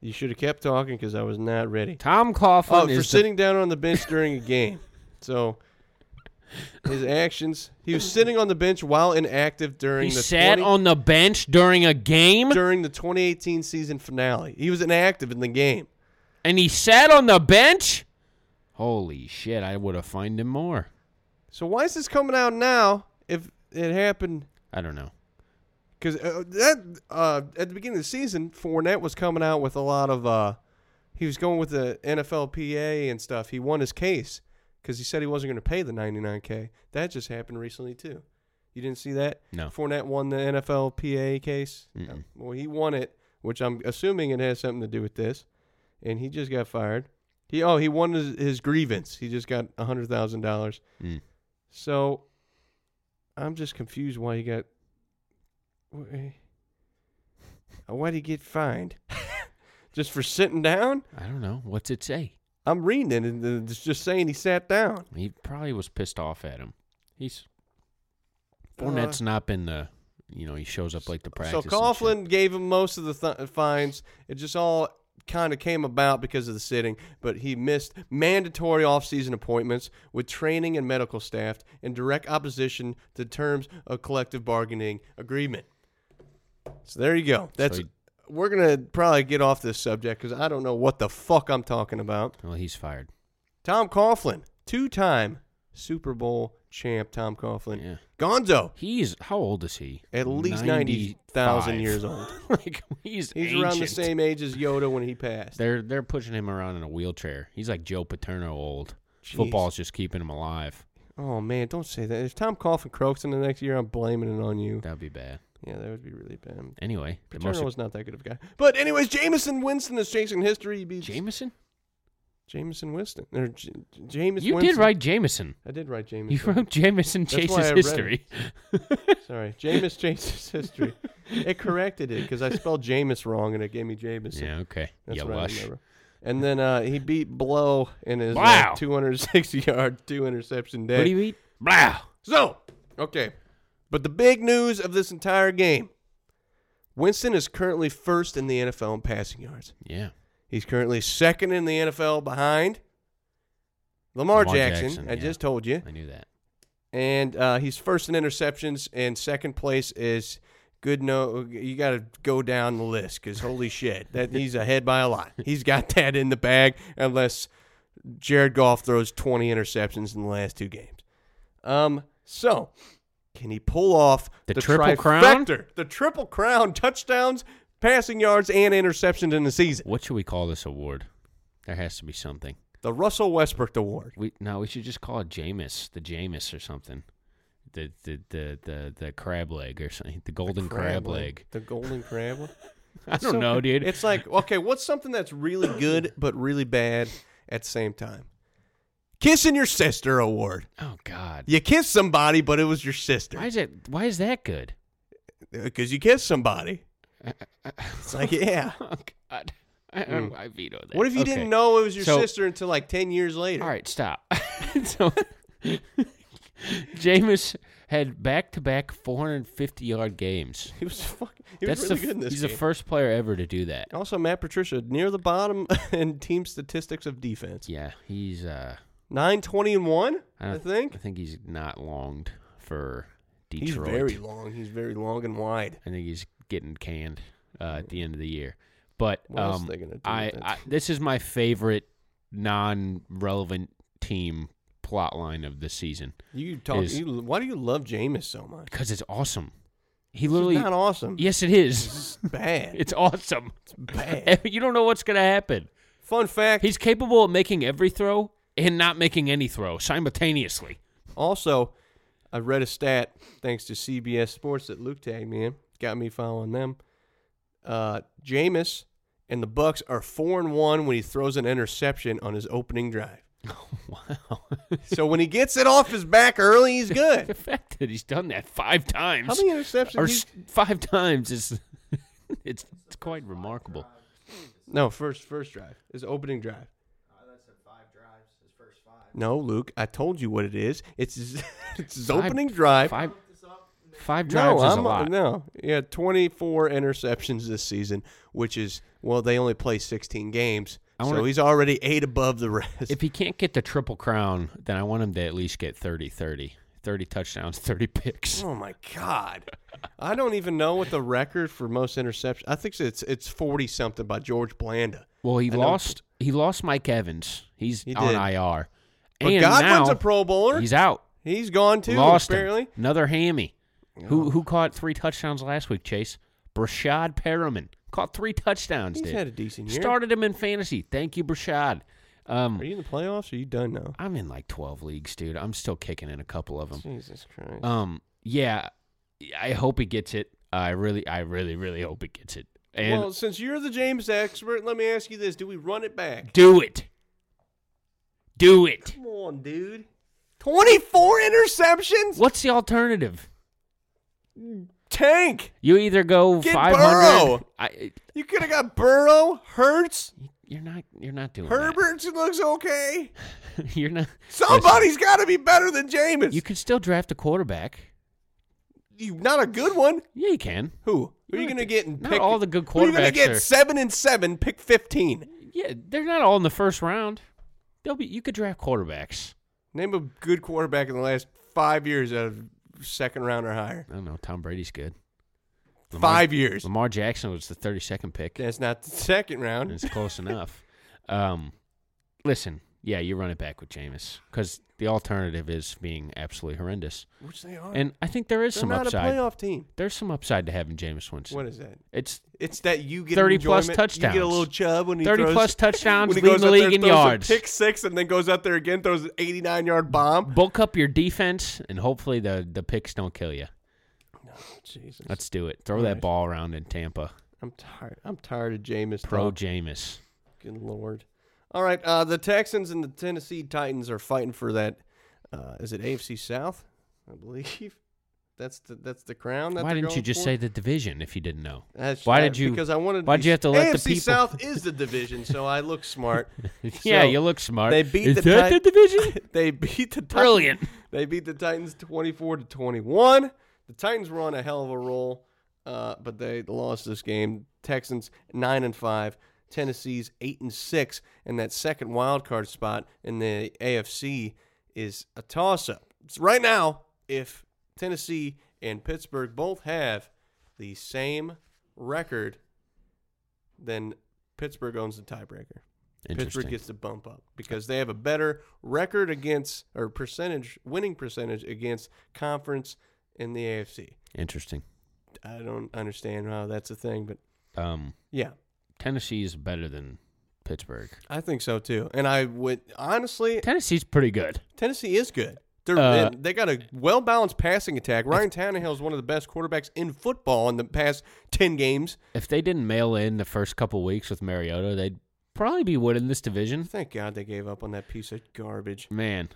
Speaker 2: you should have kept talking because I was not ready.
Speaker 3: Tom Coughlin
Speaker 2: Oh,
Speaker 3: is
Speaker 2: for
Speaker 3: the-
Speaker 2: sitting down on the bench during a game. So his actions. He was sitting on the bench while inactive during
Speaker 3: he
Speaker 2: the
Speaker 3: sat
Speaker 2: 20
Speaker 3: on the bench during a game,
Speaker 2: during the 2018 season finale. He was inactive in the game.
Speaker 3: and he sat on the bench. Holy shit! I would have fined him more.
Speaker 2: So why is this coming out now if it happened
Speaker 3: I don't know.
Speaker 2: Because uh, that uh, at the beginning of the season, Fournette was coming out with a lot of. Uh, he was going with the NFLPA and stuff. He won his case because he said he wasn't going to pay the 99k. That just happened recently too. You didn't see that?
Speaker 3: No.
Speaker 2: Fournette won the NFLPA case. Uh,
Speaker 3: Mm-mm.
Speaker 2: Well, he won it, which I'm assuming it has something to do with this, and he just got fired. He oh he won his, his grievance. He just got a hundred thousand dollars.
Speaker 3: Mm.
Speaker 2: So I'm just confused why he got why would uh, he get fined? just for sitting down?
Speaker 3: I don't know. What's it say?
Speaker 2: I'm reading it and it's just saying he sat down.
Speaker 3: He probably was pissed off at him. He's Fournette's not been the. You know, he shows up late to practice.
Speaker 2: Uh, So
Speaker 3: and
Speaker 2: Coughlin
Speaker 3: shit.
Speaker 2: gave him most of the th- fines. It just all kind of came about because of the sitting, but he missed mandatory off-season appointments with training and medical staff in direct opposition to terms of collective bargaining agreement. So there you go. That's
Speaker 3: he-
Speaker 2: we're gonna probably get off this subject because I don't know what the fuck I'm talking about.
Speaker 3: Well, he's fired.
Speaker 2: Tom Coughlin, two-time Super Bowl champ. Tom Coughlin,
Speaker 3: Yeah.
Speaker 2: Gonzo,
Speaker 3: He's how old is he?
Speaker 2: At least 90,000
Speaker 3: 95. *laughs*
Speaker 2: years old.
Speaker 3: like he's
Speaker 2: He's around the
Speaker 3: ancient.
Speaker 2: same age as Yoda when he passed.
Speaker 3: They're they're pushing him around in a wheelchair. He's like Joe Paterno old.
Speaker 2: Jeez.
Speaker 3: Football's just keeping him alive.
Speaker 2: Oh man, don't say that. If Tom Coughlin croaks in the next year, I'm blaming it on you.
Speaker 3: That'd be bad.
Speaker 2: Yeah, that would be really bad.
Speaker 3: Anyway, the most-
Speaker 2: Paterno was not that good of a guy. But anyways, Jameson Winston is chasing history. He beats
Speaker 3: Jameson.
Speaker 2: Jameson Winston or J- James.
Speaker 3: You
Speaker 2: Winston.
Speaker 3: did write Jameson.
Speaker 2: I did write Jameson.
Speaker 3: You wrote Jameson
Speaker 2: That's why I
Speaker 3: chases
Speaker 2: read
Speaker 3: history.
Speaker 2: *laughs* Sorry, Jameis chases
Speaker 3: *laughs*
Speaker 2: history. it corrected it because I spelled Jameis wrong and it gave me Jameson.
Speaker 3: yeah. Okay.
Speaker 2: That's
Speaker 3: yeah.
Speaker 2: what I
Speaker 3: Lush.
Speaker 2: remember. And then uh, he beat Blow in his uh,
Speaker 3: Wow.
Speaker 2: 260 yard, two interception day.
Speaker 3: What do you eat? Blah.
Speaker 2: So, okay. But the big news of this entire game Winston is currently first in the NFL in passing yards.
Speaker 3: Yeah.
Speaker 2: He's currently second in the NFL behind Lamar,
Speaker 3: Lamar
Speaker 2: Jackson,
Speaker 3: Jackson,
Speaker 2: I
Speaker 3: yeah.
Speaker 2: just told you.
Speaker 3: I knew that.
Speaker 2: And uh, he's first in interceptions, and second place is good. No, you got to go down the list because holy shit, that he's ahead by a lot. He's got *laughs* that in the bag, unless Jared Goff throws 20 interceptions in the last two games. Um, so can he pull off
Speaker 3: The triple crown?
Speaker 2: trifecta? The triple crown touchdowns, passing yards, and interceptions in the season.
Speaker 3: What should we call this award? There has to be something.
Speaker 2: The Russell Westbrook Award.
Speaker 3: We no, we should just call it Jameis, the Jameis or something. The the the the, the crab leg or something. The golden crab, leg.
Speaker 2: The golden crab leg.
Speaker 3: I
Speaker 2: So
Speaker 3: don't know,
Speaker 2: good.
Speaker 3: dude.
Speaker 2: It's like, okay, what's something that's really good but really bad at the same time? Kissing your sister award.
Speaker 3: oh God.
Speaker 2: You kissed somebody, but it was your
Speaker 3: Why
Speaker 2: sister
Speaker 3: is it? Why is that good?
Speaker 2: because you kissed somebody. It's
Speaker 3: *laughs*
Speaker 2: like, *laughs* yeah.
Speaker 3: Oh God. I,
Speaker 2: Mm.
Speaker 3: I veto that.
Speaker 2: What if you
Speaker 3: Okay.
Speaker 2: didn't know it was your
Speaker 3: So-
Speaker 2: sister until like ten years later?
Speaker 3: All right, stop. *laughs* so, Jameis had back-to-back 450-yard games.
Speaker 2: *laughs* He was fucking. He was really
Speaker 3: the, f-
Speaker 2: good in this
Speaker 3: He's the
Speaker 2: game. Oh.
Speaker 3: first player ever to do that.
Speaker 2: Also, Matt Patricia near the bottom *laughs* in team statistics of defense.
Speaker 3: Yeah, he's. uh
Speaker 2: Nine twenty and one, I,
Speaker 3: don't-
Speaker 2: think.
Speaker 3: I think he's not longed for
Speaker 2: He's
Speaker 3: Detroit.
Speaker 2: very long. He's very long and wide.
Speaker 3: I think he's getting canned uh, at the end of the year. But
Speaker 2: What else
Speaker 3: um,
Speaker 2: they gonna do
Speaker 3: I,
Speaker 2: with that
Speaker 3: I
Speaker 2: team?
Speaker 3: this is my favorite non-relevant team plot line of the season
Speaker 2: You talk.
Speaker 3: Is-
Speaker 2: You, why do you love Jameis so much?
Speaker 3: because it's awesome.
Speaker 2: This
Speaker 3: He
Speaker 2: is
Speaker 3: literally
Speaker 2: not awesome.
Speaker 3: Yes, it is.
Speaker 2: It's bad.
Speaker 3: *laughs* It's awesome.
Speaker 2: It's bad.
Speaker 3: *laughs* You don't know what's gonna happen.
Speaker 2: Fun fact.
Speaker 3: He's capable of making every throw and not making any throw simultaneously.
Speaker 2: also, I read a stat thanks to CBS Sports that Luke tagged me in. Got me following them. Uh, Jameis and the Bucks are four and one when he throws an interception on his opening drive.
Speaker 3: *laughs* wow.
Speaker 2: so when he gets it off his back early, he's
Speaker 3: *laughs* the
Speaker 2: good.
Speaker 3: fact that he's done that five times.
Speaker 2: How many interceptions?
Speaker 3: or
Speaker 2: he's-
Speaker 3: s- five times is *laughs* it's, it's quite remarkable.
Speaker 2: no, first first drive. His opening drive. No, Luke, I told you what it is. *laughs* It's his, it's his
Speaker 3: Five-
Speaker 2: opening drive.
Speaker 3: Five, Five
Speaker 2: No,
Speaker 3: drives is
Speaker 2: I'm uh,
Speaker 3: a lot.
Speaker 2: no. Yeah, 24 interceptions this season, which is well, they only play 16 games,
Speaker 3: I
Speaker 2: so
Speaker 3: wanna-
Speaker 2: he's already eight above the *laughs* rest.
Speaker 3: If he can't get the triple crown, then I want him to at least get 30 30. 30 touchdowns, *laughs* 30 picks.
Speaker 2: oh my god, I don't even know what the record for most interceptions. I think it's it's 40 something by George Blanda.
Speaker 3: Well, he
Speaker 2: I don't-
Speaker 3: lost he lost Mike Evans. He's
Speaker 2: He
Speaker 3: on
Speaker 2: did.
Speaker 3: IR.
Speaker 2: But
Speaker 3: and
Speaker 2: Godwin's
Speaker 3: now,
Speaker 2: a Pro Bowler.
Speaker 3: He's out.
Speaker 2: He's gone too.
Speaker 3: lost him.
Speaker 2: apparently.
Speaker 3: Another hammy. Who who caught three touchdowns last week, Chase? Brashad Perriman. Caught three touchdowns,
Speaker 2: He's
Speaker 3: dude.
Speaker 2: had a decent year.
Speaker 3: Started him in fantasy. Thank you, Brashad. Um,
Speaker 2: Are you in the playoffs? Or are you done now?
Speaker 3: I'm in like 12 leagues, dude. I'm still kicking in a couple of them.
Speaker 2: Jesus Christ.
Speaker 3: Um, yeah, I hope he gets it. I really, I really, really hope he gets it. And
Speaker 2: well, since you're the James expert, let me ask you this: Do we run it back?
Speaker 3: do it. Do it.
Speaker 2: Come on, dude. 24 interceptions?
Speaker 3: What's the alternative?
Speaker 2: Tank.
Speaker 3: You either go
Speaker 2: Get
Speaker 3: 500.
Speaker 2: Burrow.
Speaker 3: I,
Speaker 2: You could have got Burrow, Hertz,
Speaker 3: you're not. You're not doing that.
Speaker 2: Herbert who looks okay.
Speaker 3: *laughs* you're not.
Speaker 2: Somebody's got to be better than Jameis.
Speaker 3: You
Speaker 2: You,
Speaker 3: can still draft a quarterback.
Speaker 2: not a good one.
Speaker 3: Yeah, you can.
Speaker 2: Who? Who are you going
Speaker 3: Not the-
Speaker 2: to get in
Speaker 3: not
Speaker 2: pick?
Speaker 3: all the good
Speaker 2: who are you gonna
Speaker 3: quarterbacks
Speaker 2: get
Speaker 3: are-
Speaker 2: 7 and 7, pick 15.
Speaker 3: Yeah, they're not all in the first round. They'll be. You could draft quarterbacks.
Speaker 2: Name a good quarterback in the last 5 years out of second round or higher.
Speaker 3: I don't know. Tom Brady's good.
Speaker 2: 5 years.
Speaker 3: Lamar Jackson was the 32nd pick.
Speaker 2: That's not the second round.
Speaker 3: It's
Speaker 2: *laughs*
Speaker 3: close enough. Um, listen, yeah, you run it back with Jameis because the alternative is being absolutely horrendous.
Speaker 2: Which they are.
Speaker 3: And I think there is
Speaker 2: They're
Speaker 3: some
Speaker 2: not
Speaker 3: upside.
Speaker 2: a playoff team.
Speaker 3: There's some upside to having Jameis Winston.
Speaker 2: What is that?
Speaker 3: It's
Speaker 2: It's that you get
Speaker 3: 30
Speaker 2: enjoyment.
Speaker 3: plus
Speaker 2: You get a
Speaker 3: touchdowns.
Speaker 2: little chub *laughs* when he
Speaker 3: 30
Speaker 2: throws,
Speaker 3: plus touchdowns,
Speaker 2: when he goes
Speaker 3: leading the
Speaker 2: out there
Speaker 3: league
Speaker 2: and
Speaker 3: in
Speaker 2: throws a
Speaker 3: yards.
Speaker 2: Pick six and then goes out there again, throws an 89 yard bomb.
Speaker 3: bulk up your defense, and hopefully the the picks don't kill you.
Speaker 2: Jesus,
Speaker 3: Let's do it. Throw that ball around in Tampa.
Speaker 2: I'm tired. I'm tired of Jameis.
Speaker 3: Pro
Speaker 2: talk.
Speaker 3: Jameis.
Speaker 2: Good lord. All right, uh, the Texans and the Tennessee Titans are fighting for that. Uh, is it AFC South? I believe *laughs* that's the that's the crown. That
Speaker 3: Why
Speaker 2: they're
Speaker 3: didn't you
Speaker 2: going
Speaker 3: just
Speaker 2: for?
Speaker 3: say the division if you didn't know?
Speaker 2: That's-
Speaker 3: why
Speaker 2: I-
Speaker 3: did you?
Speaker 2: Because I wanted. to
Speaker 3: Why'd
Speaker 2: be-
Speaker 3: you have to let the
Speaker 2: AFC
Speaker 3: people?
Speaker 2: South *laughs* is the division, so I look smart.
Speaker 3: *laughs* yeah,
Speaker 2: So,
Speaker 3: you look smart.
Speaker 2: They beat
Speaker 3: Is
Speaker 2: the
Speaker 3: that
Speaker 2: Tit-
Speaker 3: the division?
Speaker 2: they beat the Titans.
Speaker 3: Brilliant.
Speaker 2: They beat the Titans 24 to 21. The Titans were on a hell of a roll, uh, but they lost this game. Texans 9 and 5, Tennessee's 8 and 6, and that second wild card spot in the AFC is a toss up. Right now, if Tennessee and Pittsburgh both have the same record, then Pittsburgh owns the tiebreaker. *laughs* Pittsburgh
Speaker 3: Interesting.
Speaker 2: gets the bump up because they have a better record against or percentage winning percentage against conference in the AFC.
Speaker 3: Interesting.
Speaker 2: I don't understand how that's a thing, but
Speaker 3: Um,
Speaker 2: yeah,
Speaker 3: Tennessee is better than Pittsburgh.
Speaker 2: I think so too. And I would honestly,
Speaker 3: Tennessee's pretty good.
Speaker 2: Tennessee is good. They're
Speaker 3: Uh,
Speaker 2: they got a well balanced passing attack. Ryan Tannehill is one of the best quarterbacks in football in the past ten games.
Speaker 3: If they didn't mail in the first couple weeks with Mariota, they'd probably be winning this division.
Speaker 2: Thank God they gave up on that piece of garbage.
Speaker 3: Man.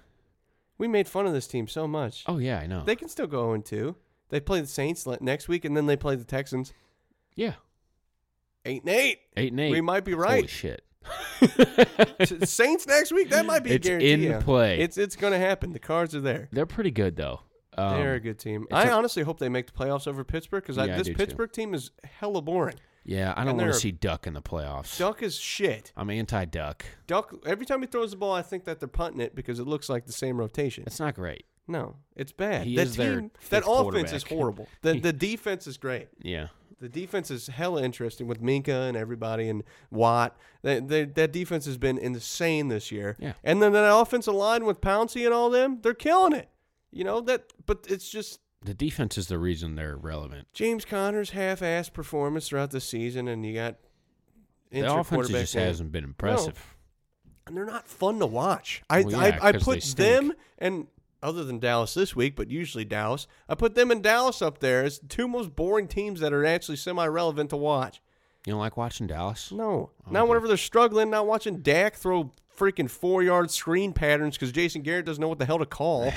Speaker 2: We made fun of this team so much.
Speaker 3: Oh yeah, I know.
Speaker 2: They can still go 0 2. They play the Saints le- next week, and then they play the Texans
Speaker 3: yeah,
Speaker 2: eight and eight.
Speaker 3: eight and eight.
Speaker 2: We might be
Speaker 3: Holy
Speaker 2: right. *laughs*
Speaker 3: shit. *laughs*
Speaker 2: S- Saints next week. That might be
Speaker 3: It's
Speaker 2: a guarantee.
Speaker 3: in
Speaker 2: yeah.
Speaker 3: play.
Speaker 2: It's it's going to happen. The cards are there.
Speaker 3: They're pretty good though. Um,
Speaker 2: They're a good team.
Speaker 3: it's
Speaker 2: I
Speaker 3: a-
Speaker 2: honestly hope they make the playoffs over Pittsburgh because
Speaker 3: Yeah, I
Speaker 2: this
Speaker 3: do too.
Speaker 2: Pittsburgh team is hella boring.
Speaker 3: Yeah, I
Speaker 2: and
Speaker 3: don't want
Speaker 2: they're-
Speaker 3: to see Duck in the playoffs.
Speaker 2: Duck is shit.
Speaker 3: I'm anti-Duck.
Speaker 2: Duck. Every time he throws the ball, I think that they're punting it because it looks like the same rotation.
Speaker 3: That's not great.
Speaker 2: no, it's bad.
Speaker 3: He
Speaker 2: that
Speaker 3: is their
Speaker 2: team-
Speaker 3: fifth
Speaker 2: that offense is
Speaker 3: quarterback.
Speaker 2: horrible. The
Speaker 3: *laughs*
Speaker 2: the defense is great.
Speaker 3: Yeah.
Speaker 2: The defense is hella interesting with Minka and everybody and Watt. They, they, that defense has been insane this year.
Speaker 3: Yeah.
Speaker 2: And then that offensive line with Pouncey and all them, they're killing it. You know that, but it's just
Speaker 3: The defense is the reason they're relevant.
Speaker 2: James Conner's half-ass performance throughout the season, and you got
Speaker 3: The
Speaker 2: injured
Speaker 3: offense
Speaker 2: quarterback
Speaker 3: just
Speaker 2: now.
Speaker 3: hasn't been impressive.
Speaker 2: and they're not fun to watch. I
Speaker 3: Well, yeah,
Speaker 2: I, I
Speaker 3: 'cause they
Speaker 2: put
Speaker 3: stink.
Speaker 2: them and other than Dallas this week, but usually Dallas, I put them and Dallas up there as the two most boring teams that are actually semi-relevant to watch.
Speaker 3: You don't like watching Dallas?
Speaker 2: No,
Speaker 3: I
Speaker 2: not
Speaker 3: do.
Speaker 2: whenever they're struggling. Not watching Dak throw freaking four yard screen patterns because Jason Garrett doesn't know what the hell to call.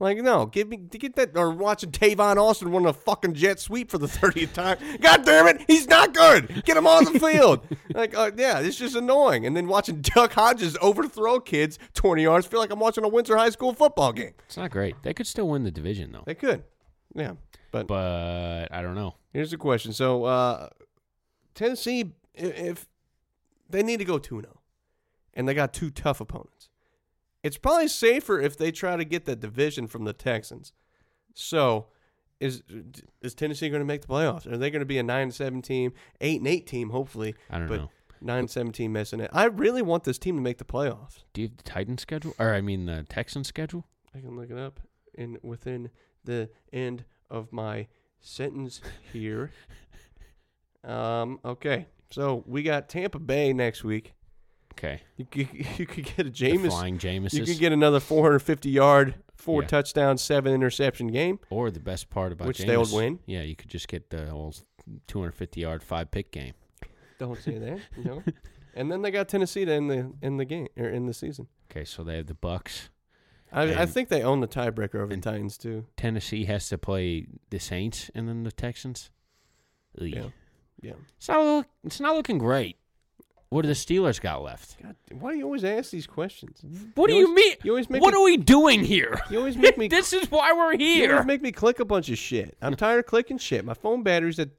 Speaker 2: like, no, give me get that or watching Tavon Austin run a fucking jet sweep for the *laughs* thirtieth time. God damn it, he's not good. Get him on the field. like, uh, yeah, it's just annoying. And then watching Duck Hodges overthrow kids twenty yards. Feel like I'm watching a Windsor High School football game.
Speaker 3: It's not great. They could still win the division though.
Speaker 2: They could, yeah, But
Speaker 3: but I don't know.
Speaker 2: here's the question: So uh, Tennessee, i- if they need to go two zero, and they got two tough opponents, it's probably safer if they try to get the division from the Texans. So. Is is Tennessee going to make the playoffs? Are they going to be a nine and seven team, eight and eight team? Hopefully,
Speaker 3: I don't
Speaker 2: but
Speaker 3: know.
Speaker 2: nine and seven team missing it. I really want this team to make the playoffs.
Speaker 3: Do you have the Titans schedule? Or I mean the Texans schedule?
Speaker 2: I can look it up in within the end of my sentence
Speaker 3: *laughs*
Speaker 2: here. um, okay. So we got Tampa Bay next week.
Speaker 3: Okay.
Speaker 2: You could, *laughs* you could get a
Speaker 3: The
Speaker 2: Jameis.
Speaker 3: flying
Speaker 2: You
Speaker 3: Jameses.
Speaker 2: could get another 450 yard, four
Speaker 3: Yeah.
Speaker 2: touchdown, seven interception game.
Speaker 3: or the best part about
Speaker 2: Which they would
Speaker 3: Jameis-
Speaker 2: win.
Speaker 3: Yeah, you could just get the whole 250 yard five pick game.
Speaker 2: Don't say that. *laughs* no. And then they got Tennessee to end the in the game or in the season.
Speaker 3: Okay, so they have the Bucks.
Speaker 2: I, I
Speaker 3: And-
Speaker 2: think they own the tiebreaker over the
Speaker 3: and-
Speaker 2: Titans too.
Speaker 3: Tennessee has to play the Saints and then the Texans. Ugh.
Speaker 2: Yeah. Yeah.
Speaker 3: It's not look, it's not looking great. What do the Steelers got left?
Speaker 2: God, why do you always ask these questions?
Speaker 3: What do
Speaker 2: always-
Speaker 3: you mean?
Speaker 2: you always make
Speaker 3: what
Speaker 2: me-
Speaker 3: are we doing here?
Speaker 2: *laughs* You always make me-
Speaker 3: *laughs* this is why we're
Speaker 2: You
Speaker 3: here.
Speaker 2: always make me click a bunch of shit. I'm tired of clicking shit. My phone battery's at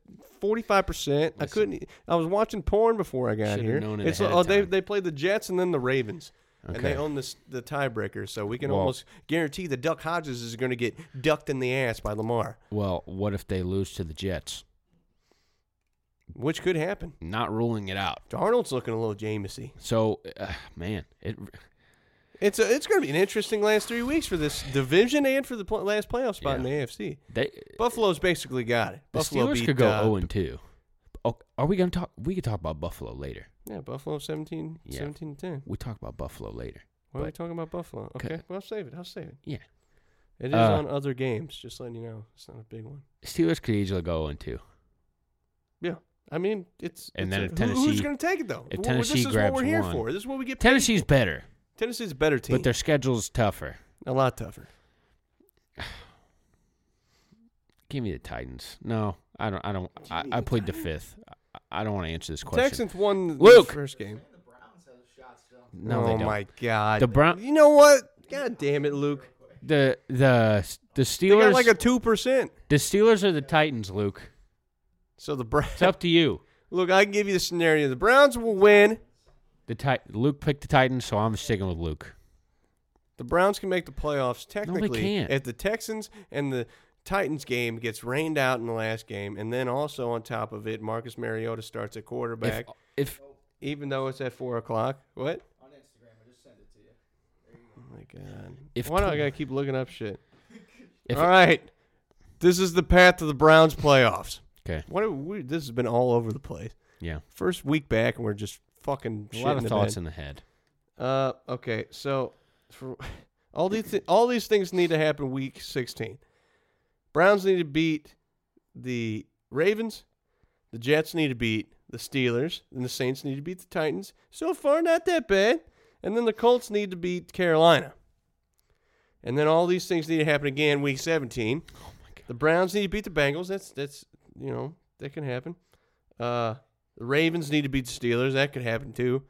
Speaker 2: 45%. I couldn't e, I was watching porn before I got
Speaker 3: Should've
Speaker 2: here.
Speaker 3: known it
Speaker 2: it's
Speaker 3: ahead
Speaker 2: oh
Speaker 3: of
Speaker 2: they
Speaker 3: time.
Speaker 2: they played the Jets and then the Ravens. And they
Speaker 3: Okay.
Speaker 2: own this, the tiebreaker, so we can
Speaker 3: Well-
Speaker 2: almost guarantee the Duck Hodges is going to get ducked in the ass by Lamar,
Speaker 3: well, what if they lose to the Jets?
Speaker 2: which could happen.
Speaker 3: Not ruling it out.
Speaker 2: Darnold's looking a little Jamesy.
Speaker 3: So, uh, man, it
Speaker 2: It's a, it's going to be an interesting last three weeks for this division and for the pl- last playoff spot in the AFC.
Speaker 3: they
Speaker 2: Buffalo's basically got it.
Speaker 3: the
Speaker 2: Buffalo
Speaker 3: Steelers
Speaker 2: beat,
Speaker 3: could go
Speaker 2: uh,
Speaker 3: 0 and 2. Oh, are we going to talk we could talk about Buffalo later.
Speaker 2: Yeah, Buffalo 17,
Speaker 3: Yeah.
Speaker 2: 17 to 10.
Speaker 3: We talk about Buffalo later.
Speaker 2: Why are we
Speaker 3: But-
Speaker 2: talking about Buffalo?
Speaker 3: Okay.
Speaker 2: Okay. Well, I'll save it. I'll save it.
Speaker 3: Yeah.
Speaker 2: It is
Speaker 3: Uh,
Speaker 2: on other games, just letting you know. It's not a big one.
Speaker 3: Steelers could easily go 0 and 2.
Speaker 2: Yeah. I mean, it's.
Speaker 3: And
Speaker 2: it's
Speaker 3: then
Speaker 2: a-
Speaker 3: if
Speaker 2: who- who's
Speaker 3: Tennessee-
Speaker 2: going to take it, though?
Speaker 3: if
Speaker 2: Wh-
Speaker 3: Tennessee
Speaker 2: this is
Speaker 3: grabs
Speaker 2: what we're here
Speaker 3: one-
Speaker 2: for. This is what we get paid
Speaker 3: Tennessee's
Speaker 2: for.
Speaker 3: better,
Speaker 2: Tennessee's a better team.
Speaker 3: but their schedule's tougher.
Speaker 2: a lot tougher.
Speaker 3: Give me the Titans. No, I don't. I don't. I, I plead the fifth. I, I don't want to answer this question.
Speaker 2: Texans won
Speaker 3: Luke!
Speaker 2: the first game.
Speaker 3: No,
Speaker 2: oh,
Speaker 3: they don't.
Speaker 2: my God.
Speaker 3: The Brown-
Speaker 2: You know what? God damn it, Luke.
Speaker 3: The the the
Speaker 2: They got
Speaker 3: Steelers.
Speaker 2: like a 2%.
Speaker 3: the Steelers are the Titans, Luke.
Speaker 2: So the Browns.
Speaker 3: It's up to you.
Speaker 2: *laughs* Look, I can give you the scenario. The Browns will win.
Speaker 3: The ti- Luke picked the Titans, so I'm sticking with Luke.
Speaker 2: The Browns can make the playoffs technically
Speaker 3: can't.
Speaker 2: if the Texans and the Titans game gets rained out in the last game, and then also on top of it, Marcus Mariota starts at
Speaker 3: If,
Speaker 2: quarterback,
Speaker 3: if
Speaker 2: even though it's at four o'clock. What? On Instagram, I just sent it to you. Oh my god!
Speaker 3: If
Speaker 2: Why do
Speaker 3: Tor-
Speaker 2: I gotta keep looking up shit?
Speaker 3: If-
Speaker 2: All right, this is the path to the Browns playoffs.
Speaker 3: okay,
Speaker 2: What? Are we, this has been all over the place.
Speaker 3: yeah,
Speaker 2: First week back, and we're just fucking.
Speaker 3: a
Speaker 2: shit
Speaker 3: lot
Speaker 2: in
Speaker 3: of
Speaker 2: the
Speaker 3: thoughts
Speaker 2: bed.
Speaker 3: in the head.
Speaker 2: Uh, okay, so for *laughs* all these thi- all these things need to happen week 16. Browns need to beat the Ravens. The Jets need to beat the Steelers, and the Saints need to beat the Titans. So far, not that bad. And then the Colts need to beat Carolina. And then all these things need to happen again week 17.
Speaker 3: Oh my god.
Speaker 2: The Browns need to beat the Bengals. That's that's you know that can happen. Uh, the Ravens need to beat the Steelers. That could happen too.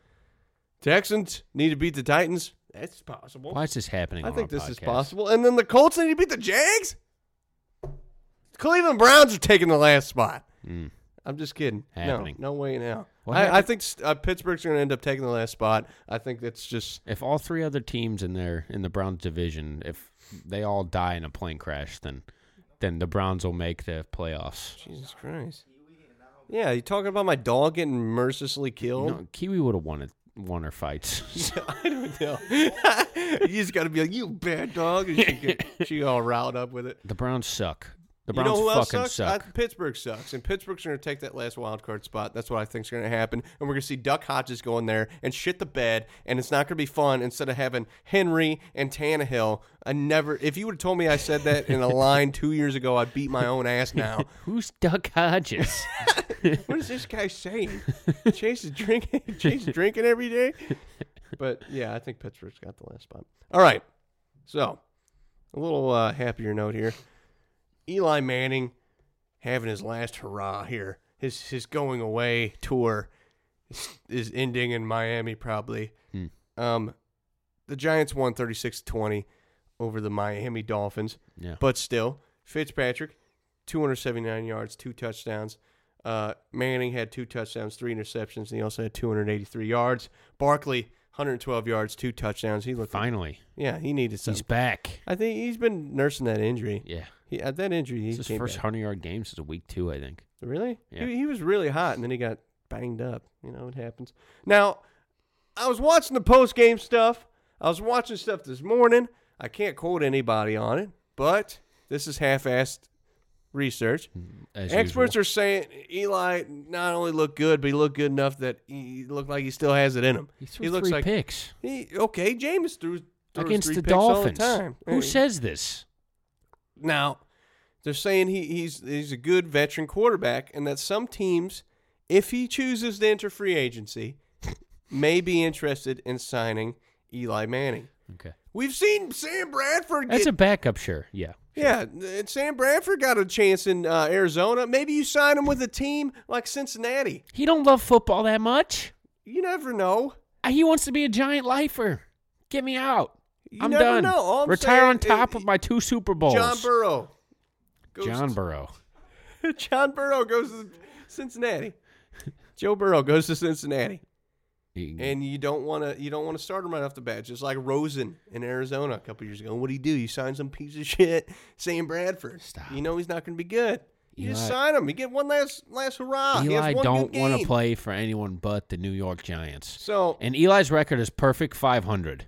Speaker 2: Texans need to beat the Titans. That's possible.
Speaker 3: Why is this happening?
Speaker 2: I
Speaker 3: on
Speaker 2: think
Speaker 3: our
Speaker 2: this is
Speaker 3: podcast?
Speaker 2: possible. And then the Colts need to beat the Jags. Cleveland Browns are taking the last spot.
Speaker 3: Mm.
Speaker 2: I'm just kidding.
Speaker 3: Happening.
Speaker 2: No, no way now.
Speaker 3: What
Speaker 2: I, I
Speaker 3: happened-
Speaker 2: think uh, Pittsburgh's going to end up taking the last spot. I think that's just
Speaker 3: If all three other teams in their in the Browns division, if they all die in a plane crash, then then the Browns will make the playoffs.
Speaker 2: Jesus Christ. Yeah, you talking about my dog getting mercilessly killed?
Speaker 3: No, Kiwi would have won it, won her fights.
Speaker 2: *laughs* I don't know. *laughs* you just got to be like, you bad dog. And she,
Speaker 3: *laughs*
Speaker 2: get, she all riled up with it.
Speaker 3: the Browns suck. The
Speaker 2: you
Speaker 3: Browns
Speaker 2: know who else
Speaker 3: fucking
Speaker 2: sucks?
Speaker 3: suck.
Speaker 2: I- Pittsburgh sucks. And Pittsburgh's going to take that last wild card spot. That's what I think's going to happen. And we're going to see Duck Hodges go in there and shit the bed. And it's not going to be fun instead of having Henry and Tannehill. I never, if you would have told me I said that
Speaker 3: *laughs*
Speaker 2: in a line two years ago, I'd beat my own ass now.
Speaker 3: Who's Doug
Speaker 2: *laughs*
Speaker 3: Hodges?
Speaker 2: what is this guy saying? Chase is drinking. *laughs* Chase is drinking every day. But yeah, I think Pittsburgh's got the last spot. All right. So a little uh, happier note here. Eli Manning having his last hurrah here. His his going away tour is, is ending in Miami probably.
Speaker 3: Hmm.
Speaker 2: Um, the Giants won 36 20 over the Miami Dolphins.
Speaker 3: yeah.
Speaker 2: But still, Fitzpatrick 279 yards, two touchdowns. Uh, Manning had two touchdowns, three interceptions, and he also had 283 yards. Barkley, 112 yards, two touchdowns. He looked
Speaker 3: Finally,
Speaker 2: Yeah, he needed
Speaker 3: he's
Speaker 2: something.
Speaker 3: back.
Speaker 2: I think he's been nursing that injury.
Speaker 3: Yeah,
Speaker 2: He, at that injury, he
Speaker 3: it's his
Speaker 2: came
Speaker 3: first
Speaker 2: back.
Speaker 3: hundred yard game since week two, I think.
Speaker 2: Really?
Speaker 3: Yeah.
Speaker 2: He, he was really hot, and then he got banged up. You know, it happens. Now, I was watching the post game stuff. I was watching stuff this morning. I can't quote anybody on it, but this is half-assed research.
Speaker 3: As
Speaker 2: Experts
Speaker 3: usual.
Speaker 2: are saying Eli not only looked good, but he looked good enough that he looked like he still has it in him.
Speaker 3: he threw
Speaker 2: looks
Speaker 3: three
Speaker 2: like
Speaker 3: picks
Speaker 2: he okay. Jameis threw, throws
Speaker 3: against
Speaker 2: three
Speaker 3: the
Speaker 2: picks all
Speaker 3: Dolphins.
Speaker 2: time.
Speaker 3: Who
Speaker 2: Uh,
Speaker 3: says this?
Speaker 2: now, they're saying he, he's he's a good veteran quarterback, and that some teams, if he chooses to enter free agency, may be interested in signing Eli Manning.
Speaker 3: Okay,
Speaker 2: We've seen Sam Bradford.
Speaker 3: that's
Speaker 2: Get,
Speaker 3: a backup, sure. Yeah,
Speaker 2: yeah, and Sam Bradford got a chance in uh, Arizona. Maybe you sign him with a team like Cincinnati.
Speaker 3: he don't love football that much. Uh,
Speaker 2: You never know.
Speaker 3: He wants to be a giant lifer. Get me out.
Speaker 2: You
Speaker 3: I'm
Speaker 2: never
Speaker 3: done.
Speaker 2: know. All I'm
Speaker 3: Retire
Speaker 2: saying
Speaker 3: on top
Speaker 2: is-
Speaker 3: of my two Super Bowls.
Speaker 2: John Burrow. goes
Speaker 3: John
Speaker 2: to-
Speaker 3: Burrow.
Speaker 2: *laughs* John Burrow goes to Cincinnati. Joe Burrow goes to Cincinnati.
Speaker 3: Mm-hmm.
Speaker 2: and you don't want to you don't want to start him right off the bat. Just like Rosen in Arizona a couple years ago, what do you do? You sign some piece of *laughs* shit, Sam Bradford.
Speaker 3: Stop.
Speaker 2: You know he's not going to be good. You just
Speaker 3: Eli-
Speaker 2: sign him. You get one last last hurrah. uh, He has
Speaker 3: Eli
Speaker 2: one
Speaker 3: don't
Speaker 2: want
Speaker 3: want to play for anyone but the New York Giants.
Speaker 2: So
Speaker 3: And Eli's record is perfect 500.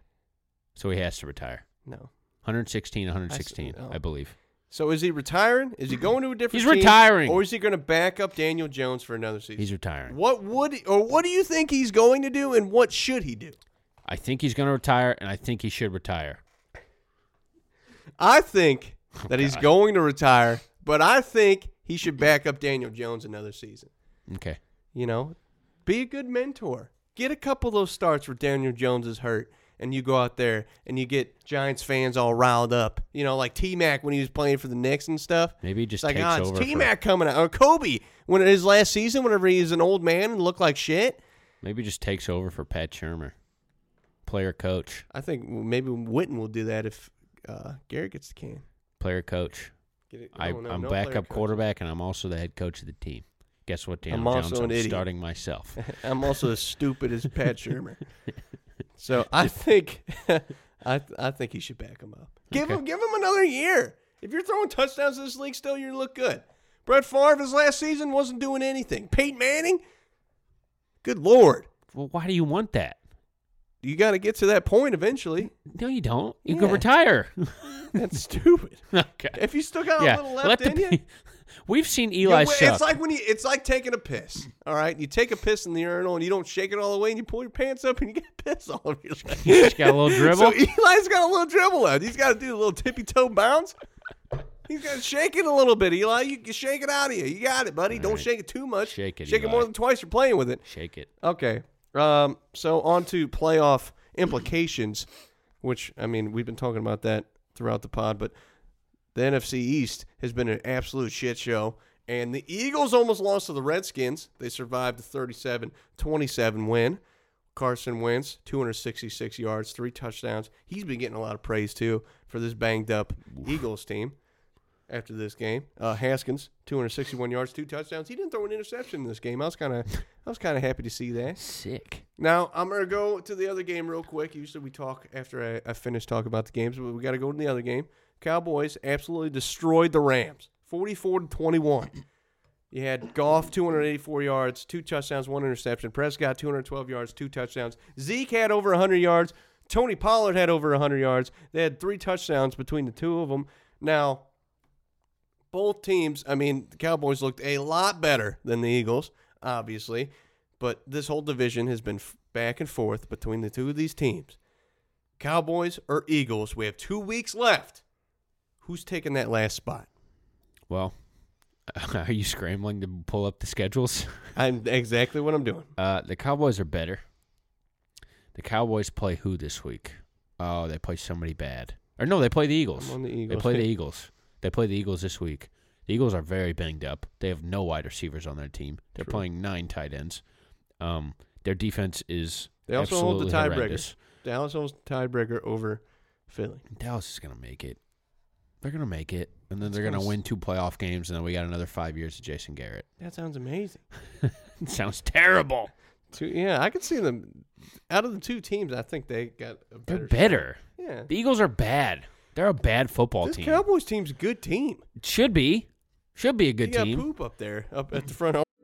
Speaker 3: So he has to retire.
Speaker 2: no.
Speaker 3: 116, 116,
Speaker 2: I see.
Speaker 3: I, believe.
Speaker 2: So is he retiring? Is he going to a different?
Speaker 3: He's
Speaker 2: team?
Speaker 3: retiring.
Speaker 2: or is he going to back up Daniel Jones for another season?
Speaker 3: He's retiring.
Speaker 2: What would or what do you think he's going to do, and what should he do?
Speaker 3: I think he's going to retire, and I think he should retire.
Speaker 2: I
Speaker 3: *laughs*
Speaker 2: think
Speaker 3: Oh,
Speaker 2: that he's going to retire, but I think he should back up Daniel Jones another season.
Speaker 3: Okay.
Speaker 2: You know, be a good mentor. Get a couple of those starts where Daniel Jones is hurt, and you go out there and you get Giants fans all riled up. You know, like T Mac when he was playing for the Knicks and stuff.
Speaker 3: Maybe he just
Speaker 2: It's like,
Speaker 3: takes
Speaker 2: ah,
Speaker 3: over.
Speaker 2: it's
Speaker 3: for-
Speaker 2: T Mac coming out, or Kobe when his last season, whenever he was an old man and looked like shit.
Speaker 3: maybe he just takes over for Pat Shermer, player coach,
Speaker 2: I think maybe Witten will do that if uh, Garrett gets the can.
Speaker 3: player coach.
Speaker 2: Get it-
Speaker 3: I,
Speaker 2: no, no,
Speaker 3: I'm
Speaker 2: no player
Speaker 3: backup
Speaker 2: coach.
Speaker 3: quarterback, and I'm also the head coach of the team. Guess what, Daniel
Speaker 2: I'm also
Speaker 3: Jones?
Speaker 2: an
Speaker 3: I'm
Speaker 2: idiot.
Speaker 3: starting myself.
Speaker 2: *laughs* I'm also as stupid as Pat
Speaker 3: *laughs*
Speaker 2: Shermer. So I think *laughs* I th- I think he should back him up. Give
Speaker 3: Okay.
Speaker 2: him give him another year. If you're throwing touchdowns in this league still, you look good. Brett Favre his last season wasn't doing anything. Peyton Manning? Good lord.
Speaker 3: well, why do you want that?
Speaker 2: You got to get to that point eventually.
Speaker 3: No, you don't. You
Speaker 2: Yeah. *laughs*
Speaker 3: can retire.
Speaker 2: That's stupid.
Speaker 3: okay.
Speaker 2: If you still got a little left in you,
Speaker 3: pe- *laughs* We've seen Eli
Speaker 2: you wa-
Speaker 3: suck.
Speaker 2: It's like when you it's like taking a piss. All right, you take a piss in the urinal and you don't shake it all the way, and you pull your pants up and you get *laughs* piss all over your leg.
Speaker 3: You just got a
Speaker 2: *laughs*
Speaker 3: little
Speaker 2: So
Speaker 3: dribble.
Speaker 2: Eli's got a little dribble out. He's got to do a little tippy toe bounce. He's got to shake it a little bit, Eli. You can shake it out of you. You got it, buddy.
Speaker 3: All
Speaker 2: Don't
Speaker 3: right.
Speaker 2: shake it too much.
Speaker 3: Shake it,
Speaker 2: Shake it
Speaker 3: Eli.
Speaker 2: more than twice. You're playing with it.
Speaker 3: Shake it.
Speaker 2: Okay. Um, so on to playoff implications, which I mean we've been talking about that throughout the pod, but the NFC East has been an absolute shit show. And the Eagles almost lost to the Redskins. They survived the 37-27 win. Carson Wentz, 266 yards, three touchdowns. He's been getting a lot of praise too for this banged up Eagles team after this game. Uh, Haskins, 261 yards, two touchdowns. He didn't throw an interception in this game. I was kind of, I was kind of happy to see that.
Speaker 3: Sick.
Speaker 2: Now I'm gonna go to the other game real quick. Usually we talk after I, I finish talking about the games, but we got to go to the other game. Cowboys absolutely destroyed the Rams, 44 to 21. You had Goff, 284 yards, two touchdowns, one interception. Prescott, 212 yards, two touchdowns. Zeke had over 100 yards. Tony Pollard had over 100 yards. They had three touchdowns between the two of them. Now, both teams, I mean, the Cowboys looked a lot better than the Eagles, obviously, but this whole division has been f- back and forth between the two of these teams. Cowboys or Eagles, we have two weeks left. Who's taking that last spot?
Speaker 3: Well, *laughs* are you scrambling to pull up the schedules?
Speaker 2: I'm exactly what I'm doing.
Speaker 3: Uh, the Cowboys are better. The Cowboys play who this week? Oh, they play somebody bad. Or no, they play the Eagles.
Speaker 2: I'm on the
Speaker 3: They
Speaker 2: Eagles. *laughs*
Speaker 3: play the Eagles. They play the Eagles this week. The Eagles are very banged up. They have no wide receivers on their team. They're
Speaker 2: True.
Speaker 3: playing nine tight ends. Um, their defense is
Speaker 2: They also hold the
Speaker 3: absolutely
Speaker 2: tiebreaker.
Speaker 3: horrendous.
Speaker 2: Dallas holds tiebreaker over Philly.
Speaker 3: Dallas is gonna make it. They're gonna make it. and then they're gonna win two playoff games, and then we got another five years of Jason Garrett. *laughs*
Speaker 2: That sounds amazing.
Speaker 3: It sounds terrible.
Speaker 2: Two, yeah, I could see them. Out of the two teams, I think they got a
Speaker 3: They're
Speaker 2: better.
Speaker 3: better.
Speaker 2: Yeah.
Speaker 3: The Eagles are bad. They're a bad football
Speaker 2: this
Speaker 3: team.
Speaker 2: Cowboys team's a good team.
Speaker 3: Should be. Should be a good
Speaker 2: you got
Speaker 3: team.
Speaker 2: poop up there, up at the front *laughs*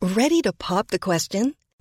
Speaker 4: Ready to pop the question?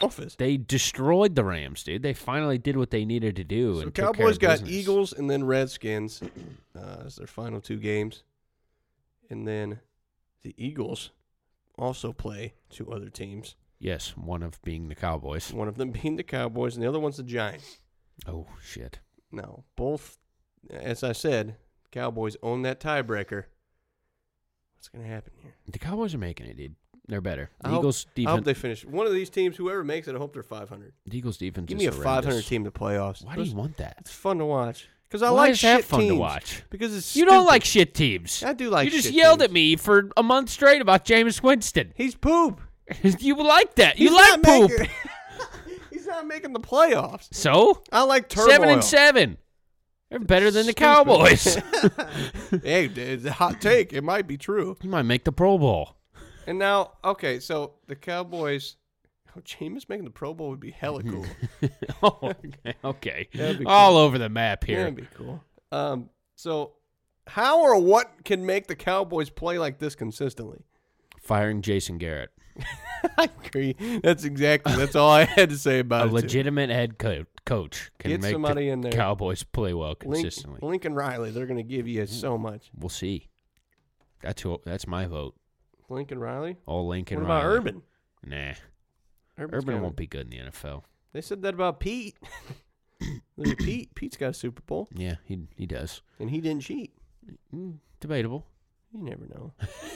Speaker 2: office.
Speaker 3: They destroyed the Rams, dude. They finally did what they needed to do.
Speaker 2: So
Speaker 3: and took care
Speaker 2: Cowboys
Speaker 3: of
Speaker 2: got
Speaker 3: business.
Speaker 2: Eagles and then Redskins uh, as their final two games, and then the Eagles also play two other teams.
Speaker 3: Yes, one of being the Cowboys.
Speaker 2: One of them *laughs* being the Cowboys, and the other one's the Giants.
Speaker 3: Oh shit.
Speaker 2: No, both, as I said, Cowboys own that tiebreaker. What's going to happen here?
Speaker 3: The Cowboys are making it, dude. They're better.
Speaker 2: I
Speaker 3: The
Speaker 2: hope-
Speaker 3: Eagles
Speaker 2: I hope
Speaker 3: defense.
Speaker 2: they finish. One of these teams, whoever makes it, I hope they're 500.
Speaker 3: the Eagles defense.
Speaker 2: Give
Speaker 3: is
Speaker 2: me a
Speaker 3: horrendous.
Speaker 2: 500 team to playoffs.
Speaker 3: Why do you
Speaker 2: Those-
Speaker 3: want that?
Speaker 2: It's fun to watch because I
Speaker 3: Why
Speaker 2: like
Speaker 3: is that
Speaker 2: shit
Speaker 3: fun to
Speaker 2: teams.
Speaker 3: watch?
Speaker 2: because it's
Speaker 3: You don't
Speaker 2: stupid.
Speaker 3: like shit teams.
Speaker 2: I do like
Speaker 3: You just
Speaker 2: shit
Speaker 3: yelled
Speaker 2: teams.
Speaker 3: at me for a month straight about James Winston. *laughs*
Speaker 2: He's poop.
Speaker 3: you like that. You
Speaker 2: He's not
Speaker 3: like poop.
Speaker 2: making- *laughs* He's not making the playoffs.
Speaker 3: So
Speaker 2: I like turmoil.
Speaker 3: seven and seven. They're better than the Cowboys.
Speaker 2: *laughs*
Speaker 3: *laughs*
Speaker 2: hey, dude, it's a hot take. It might be true.
Speaker 3: you might make the Pro Bowl.
Speaker 2: And now, okay, so the Cowboys. Oh, Jameis making the Pro Bowl would be hella
Speaker 3: *laughs*
Speaker 2: cool.
Speaker 3: oh, okay. okay.
Speaker 2: That'd be
Speaker 3: All
Speaker 2: cool.
Speaker 3: over the map here.
Speaker 2: That'd be cool. Um, so how or what can make the Cowboys play like this consistently? *laughs*
Speaker 3: Firing Jason Garrett,
Speaker 2: I agree. That's exactly. That's all I had to say
Speaker 3: a
Speaker 2: about it. too.
Speaker 3: legitimate head co- coach, can
Speaker 2: Get
Speaker 3: make
Speaker 2: somebody
Speaker 3: the
Speaker 2: in there.
Speaker 3: Cowboys play well
Speaker 2: Link-
Speaker 3: consistently. Mm-hmm.
Speaker 2: Lincoln Riley. They're going to give you so much.
Speaker 3: We'll see. That's who, that's my vote.
Speaker 2: Lincoln Riley.
Speaker 3: All Lincoln.
Speaker 2: what about
Speaker 3: Riley.
Speaker 2: Urban?
Speaker 3: Nah,
Speaker 2: Urban's
Speaker 3: Urban
Speaker 2: kinda-
Speaker 3: won't be good in the NFL.
Speaker 2: They said that about
Speaker 3: *coughs*
Speaker 2: Pete. Look at Pete. Pete's got a Super Bowl,
Speaker 3: Yeah, he he does.
Speaker 2: and he didn't cheat.
Speaker 3: Mm, debatable.
Speaker 2: You never know.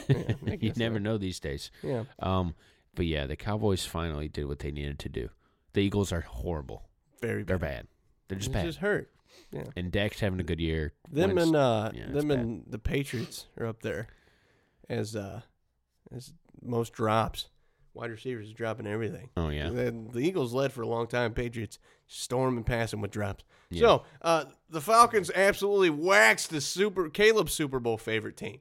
Speaker 2: I
Speaker 3: *laughs* you
Speaker 2: guess
Speaker 3: never
Speaker 2: so.
Speaker 3: know these days. *laughs*
Speaker 2: Yeah.
Speaker 3: Um, but yeah, the Cowboys finally did what they needed to do. The Eagles are horrible.
Speaker 2: Very
Speaker 3: They're
Speaker 2: bad.
Speaker 3: bad. They're just
Speaker 2: It
Speaker 3: bad.
Speaker 2: just hurt. Yeah.
Speaker 3: and Dak's having a good year.
Speaker 2: Them
Speaker 3: Wentz-
Speaker 2: and uh,
Speaker 3: yeah, it's
Speaker 2: them
Speaker 3: bad.
Speaker 2: and the Patriots are up there as uh, as most drops. Wide receivers dropping everything.
Speaker 3: Oh, yeah.
Speaker 2: Then the Eagles led for a long time. Patriots storm and passing with drops.
Speaker 3: Yeah.
Speaker 2: So uh, the Falcons absolutely waxed the super Caleb's Super Bowl favorite team.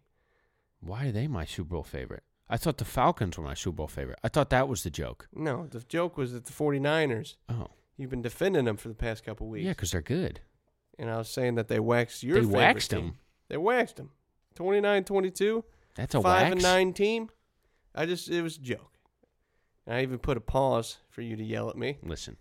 Speaker 3: why are they my Super Bowl favorite? I thought the Falcons were my Super Bowl favorite. I thought that was the joke.
Speaker 2: No, the joke was that the 49ers.
Speaker 3: Oh,
Speaker 2: You've been defending them for the past couple weeks.
Speaker 3: yeah, because they're good.
Speaker 2: and I was saying that they waxed your.
Speaker 3: They
Speaker 2: favorite
Speaker 3: waxed
Speaker 2: team.
Speaker 3: 'em.
Speaker 2: They waxed them. 29-22.
Speaker 3: That's a
Speaker 2: five
Speaker 3: wax.
Speaker 2: and nine team. I just it was a joke. And I even put a pause for you to yell at me.
Speaker 3: Listen,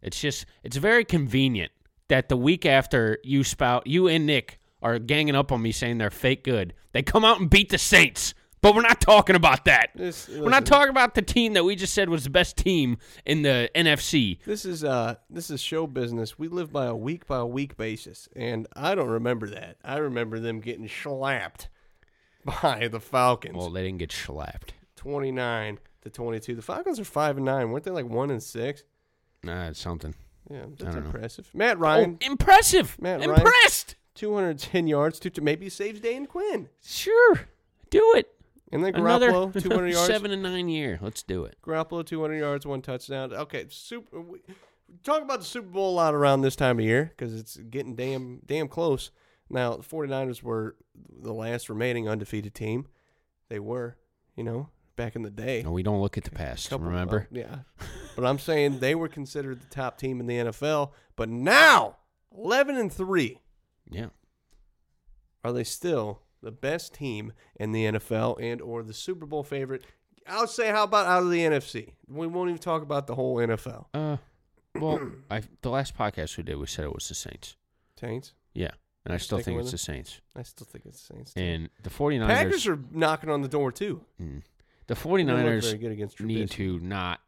Speaker 3: it's just it's very convenient that the week after you spout, you and Nick are ganging up on me saying they're fake good. They come out and beat the Saints, but we're not talking about that.
Speaker 2: This-
Speaker 3: we're not
Speaker 2: listen.
Speaker 3: talking about the team that we just said was the best team in the NFC.
Speaker 2: This is uh this is show business. We live by a week by week basis, and I don't remember that. I remember them getting slapped *laughs* by the Falcons,
Speaker 3: Well, they didn't get slapped.
Speaker 2: twenty nine to twenty two. The Falcons are five and nine, weren't they? Like one and six.
Speaker 3: Nah, it's something.
Speaker 2: Yeah, that's
Speaker 3: don't know.
Speaker 2: impressive. Matt Ryan,
Speaker 3: Oh, impressive.
Speaker 2: Matt Ryan.
Speaker 3: Impressed.
Speaker 2: two hundred ten *laughs* yards, two, two maybe saves Dane Quinn,
Speaker 3: Sure. Do it.
Speaker 2: and then
Speaker 3: Another
Speaker 2: Garoppolo two
Speaker 3: *laughs*
Speaker 2: hundred yards.
Speaker 3: Seven and nine year. Let's do it.
Speaker 2: Garoppolo, 200 yards, one touchdown. Okay, super. We we talk about the Super Bowl a lot around this time of year because it's getting damn damn close. Now, the 49ers were the last remaining undefeated team. They were, you know, back in the day.
Speaker 3: No, we don't look at the past.
Speaker 2: Couple-
Speaker 3: remember?
Speaker 2: uh, yeah. but I'm saying they were considered the top team in the NFL. But now, 11 and 3.
Speaker 3: Yeah.
Speaker 2: are they still the best team in the NFL and or the Super Bowl favorite? I'll say, how about out of the NFC? We won't even talk about the whole NFL.
Speaker 3: Uh, well, I the last podcast we did, we said it was the Saints.
Speaker 2: Saints.
Speaker 3: Yeah, and I still
Speaker 2: Sticking
Speaker 3: think
Speaker 2: with
Speaker 3: it's
Speaker 2: it?
Speaker 3: the Saints.
Speaker 2: I still think it's the Saints. too.
Speaker 3: And the 49ers.
Speaker 2: Packers are knocking on the door too.
Speaker 3: Mm. the
Speaker 2: look
Speaker 3: 49ers
Speaker 2: very good against
Speaker 3: need
Speaker 2: Trubisky.
Speaker 3: to not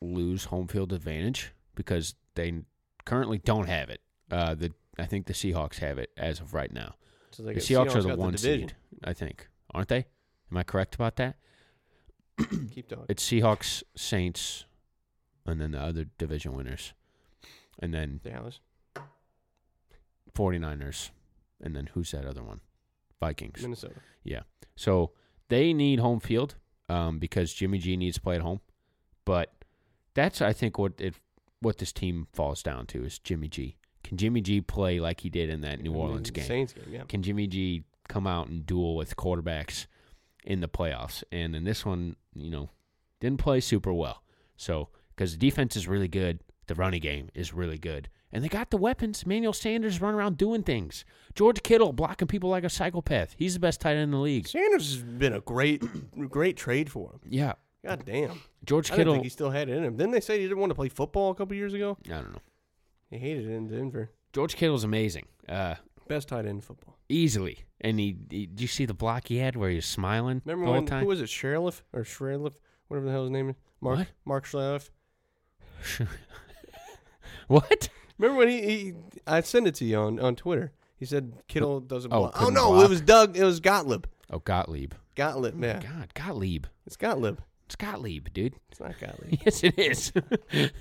Speaker 3: lose home field advantage because they currently don't have it. Uh, the I think the Seahawks have it as of right now.
Speaker 2: So they
Speaker 3: the
Speaker 2: got-
Speaker 3: Seahawks, are
Speaker 2: got
Speaker 3: the one
Speaker 2: division.
Speaker 3: seed, I think, aren't they? Am I correct about that?
Speaker 2: *clears throat* Keep talking.
Speaker 3: It's Seahawks, Saints, and then the other division winners, and then
Speaker 2: Dallas.
Speaker 3: 49ers, and then who's that other one? Vikings.
Speaker 2: Minnesota.
Speaker 3: Yeah. So they need home field um, because Jimmy G needs to play at home. But that's I think what it what this team falls down to is Jimmy G. Can Jimmy G play like he did in that New
Speaker 2: And
Speaker 3: Orleans
Speaker 2: the
Speaker 3: game?
Speaker 2: Mm-hmm. Saints game, yeah.
Speaker 3: Can Jimmy G come out and duel with quarterbacks in the playoffs? And in this one, you know, didn't play super well. So because the defense is really good, the running game is really good, and they got the weapons. Emmanuel Sanders running around doing things. George Kittle blocking people like a psychopath. He's the best tight end in the league.
Speaker 2: Sanders has been a great, *clears throat* great trade for him.
Speaker 3: Yeah,
Speaker 2: God damn.
Speaker 3: George
Speaker 2: I didn't
Speaker 3: Kittle. I,
Speaker 2: think he still had it in him. Didn't they say he didn't want to play football a couple years ago?
Speaker 3: don't know.
Speaker 2: He hated it in Denver.
Speaker 3: George Kittle's amazing. Uh,
Speaker 2: Best tight end in football.
Speaker 3: easily, and he, he- Did you see the block he had where he was smiling
Speaker 2: Remember
Speaker 3: the whole
Speaker 2: when
Speaker 3: time?
Speaker 2: who was it, Sheriff or Sheriff, whatever the hell his name is, Mark
Speaker 3: What?
Speaker 2: Mark Sheriff.
Speaker 3: *laughs* what?
Speaker 2: Remember when he, he I sent it to you on, on Twitter. He said Kittle doesn't
Speaker 3: Oh,
Speaker 2: block. Oh
Speaker 3: couldn't
Speaker 2: no,
Speaker 3: block.
Speaker 2: it was Doug. It was Gottlieb.
Speaker 3: Oh, Gottlieb.
Speaker 2: Gottlieb, yeah,
Speaker 3: God, Gottlieb.
Speaker 2: it's Gottlieb.
Speaker 3: It's Gottlieb, dude.
Speaker 2: It's not Gottlieb.
Speaker 3: *laughs* yes,
Speaker 2: *laughs*
Speaker 3: it is.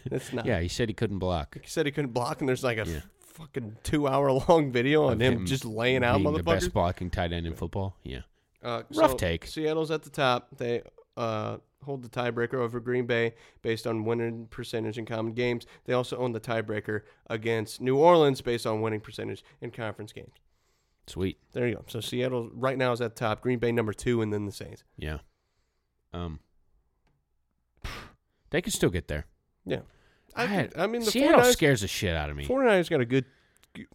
Speaker 2: It's not.
Speaker 3: Yeah, he said he couldn't block.
Speaker 2: He said he couldn't block, and there's like a
Speaker 3: Yeah.
Speaker 2: fucking two hour long video on
Speaker 3: Of
Speaker 2: Oh, him, just laying out,
Speaker 3: being The
Speaker 2: motherfucker.
Speaker 3: best blocking tight end in football. Yeah.
Speaker 2: Uh,
Speaker 3: Rough
Speaker 2: so
Speaker 3: take.
Speaker 2: Seattle's at the top. They uh, hold the tiebreaker over Green Bay based on winning percentage in common games. They also own the tiebreaker against New Orleans based on winning percentage in conference games.
Speaker 3: Sweet.
Speaker 2: There you go. So Seattle right now is at the top. Green Bay number two, and then the Saints.
Speaker 3: Yeah. Um. *sighs* They could still get there.
Speaker 2: Yeah. I,
Speaker 3: had-
Speaker 2: think- I mean, the
Speaker 3: Seattle
Speaker 2: 49ers,
Speaker 3: scares the shit out of me.
Speaker 2: 49ers got a good.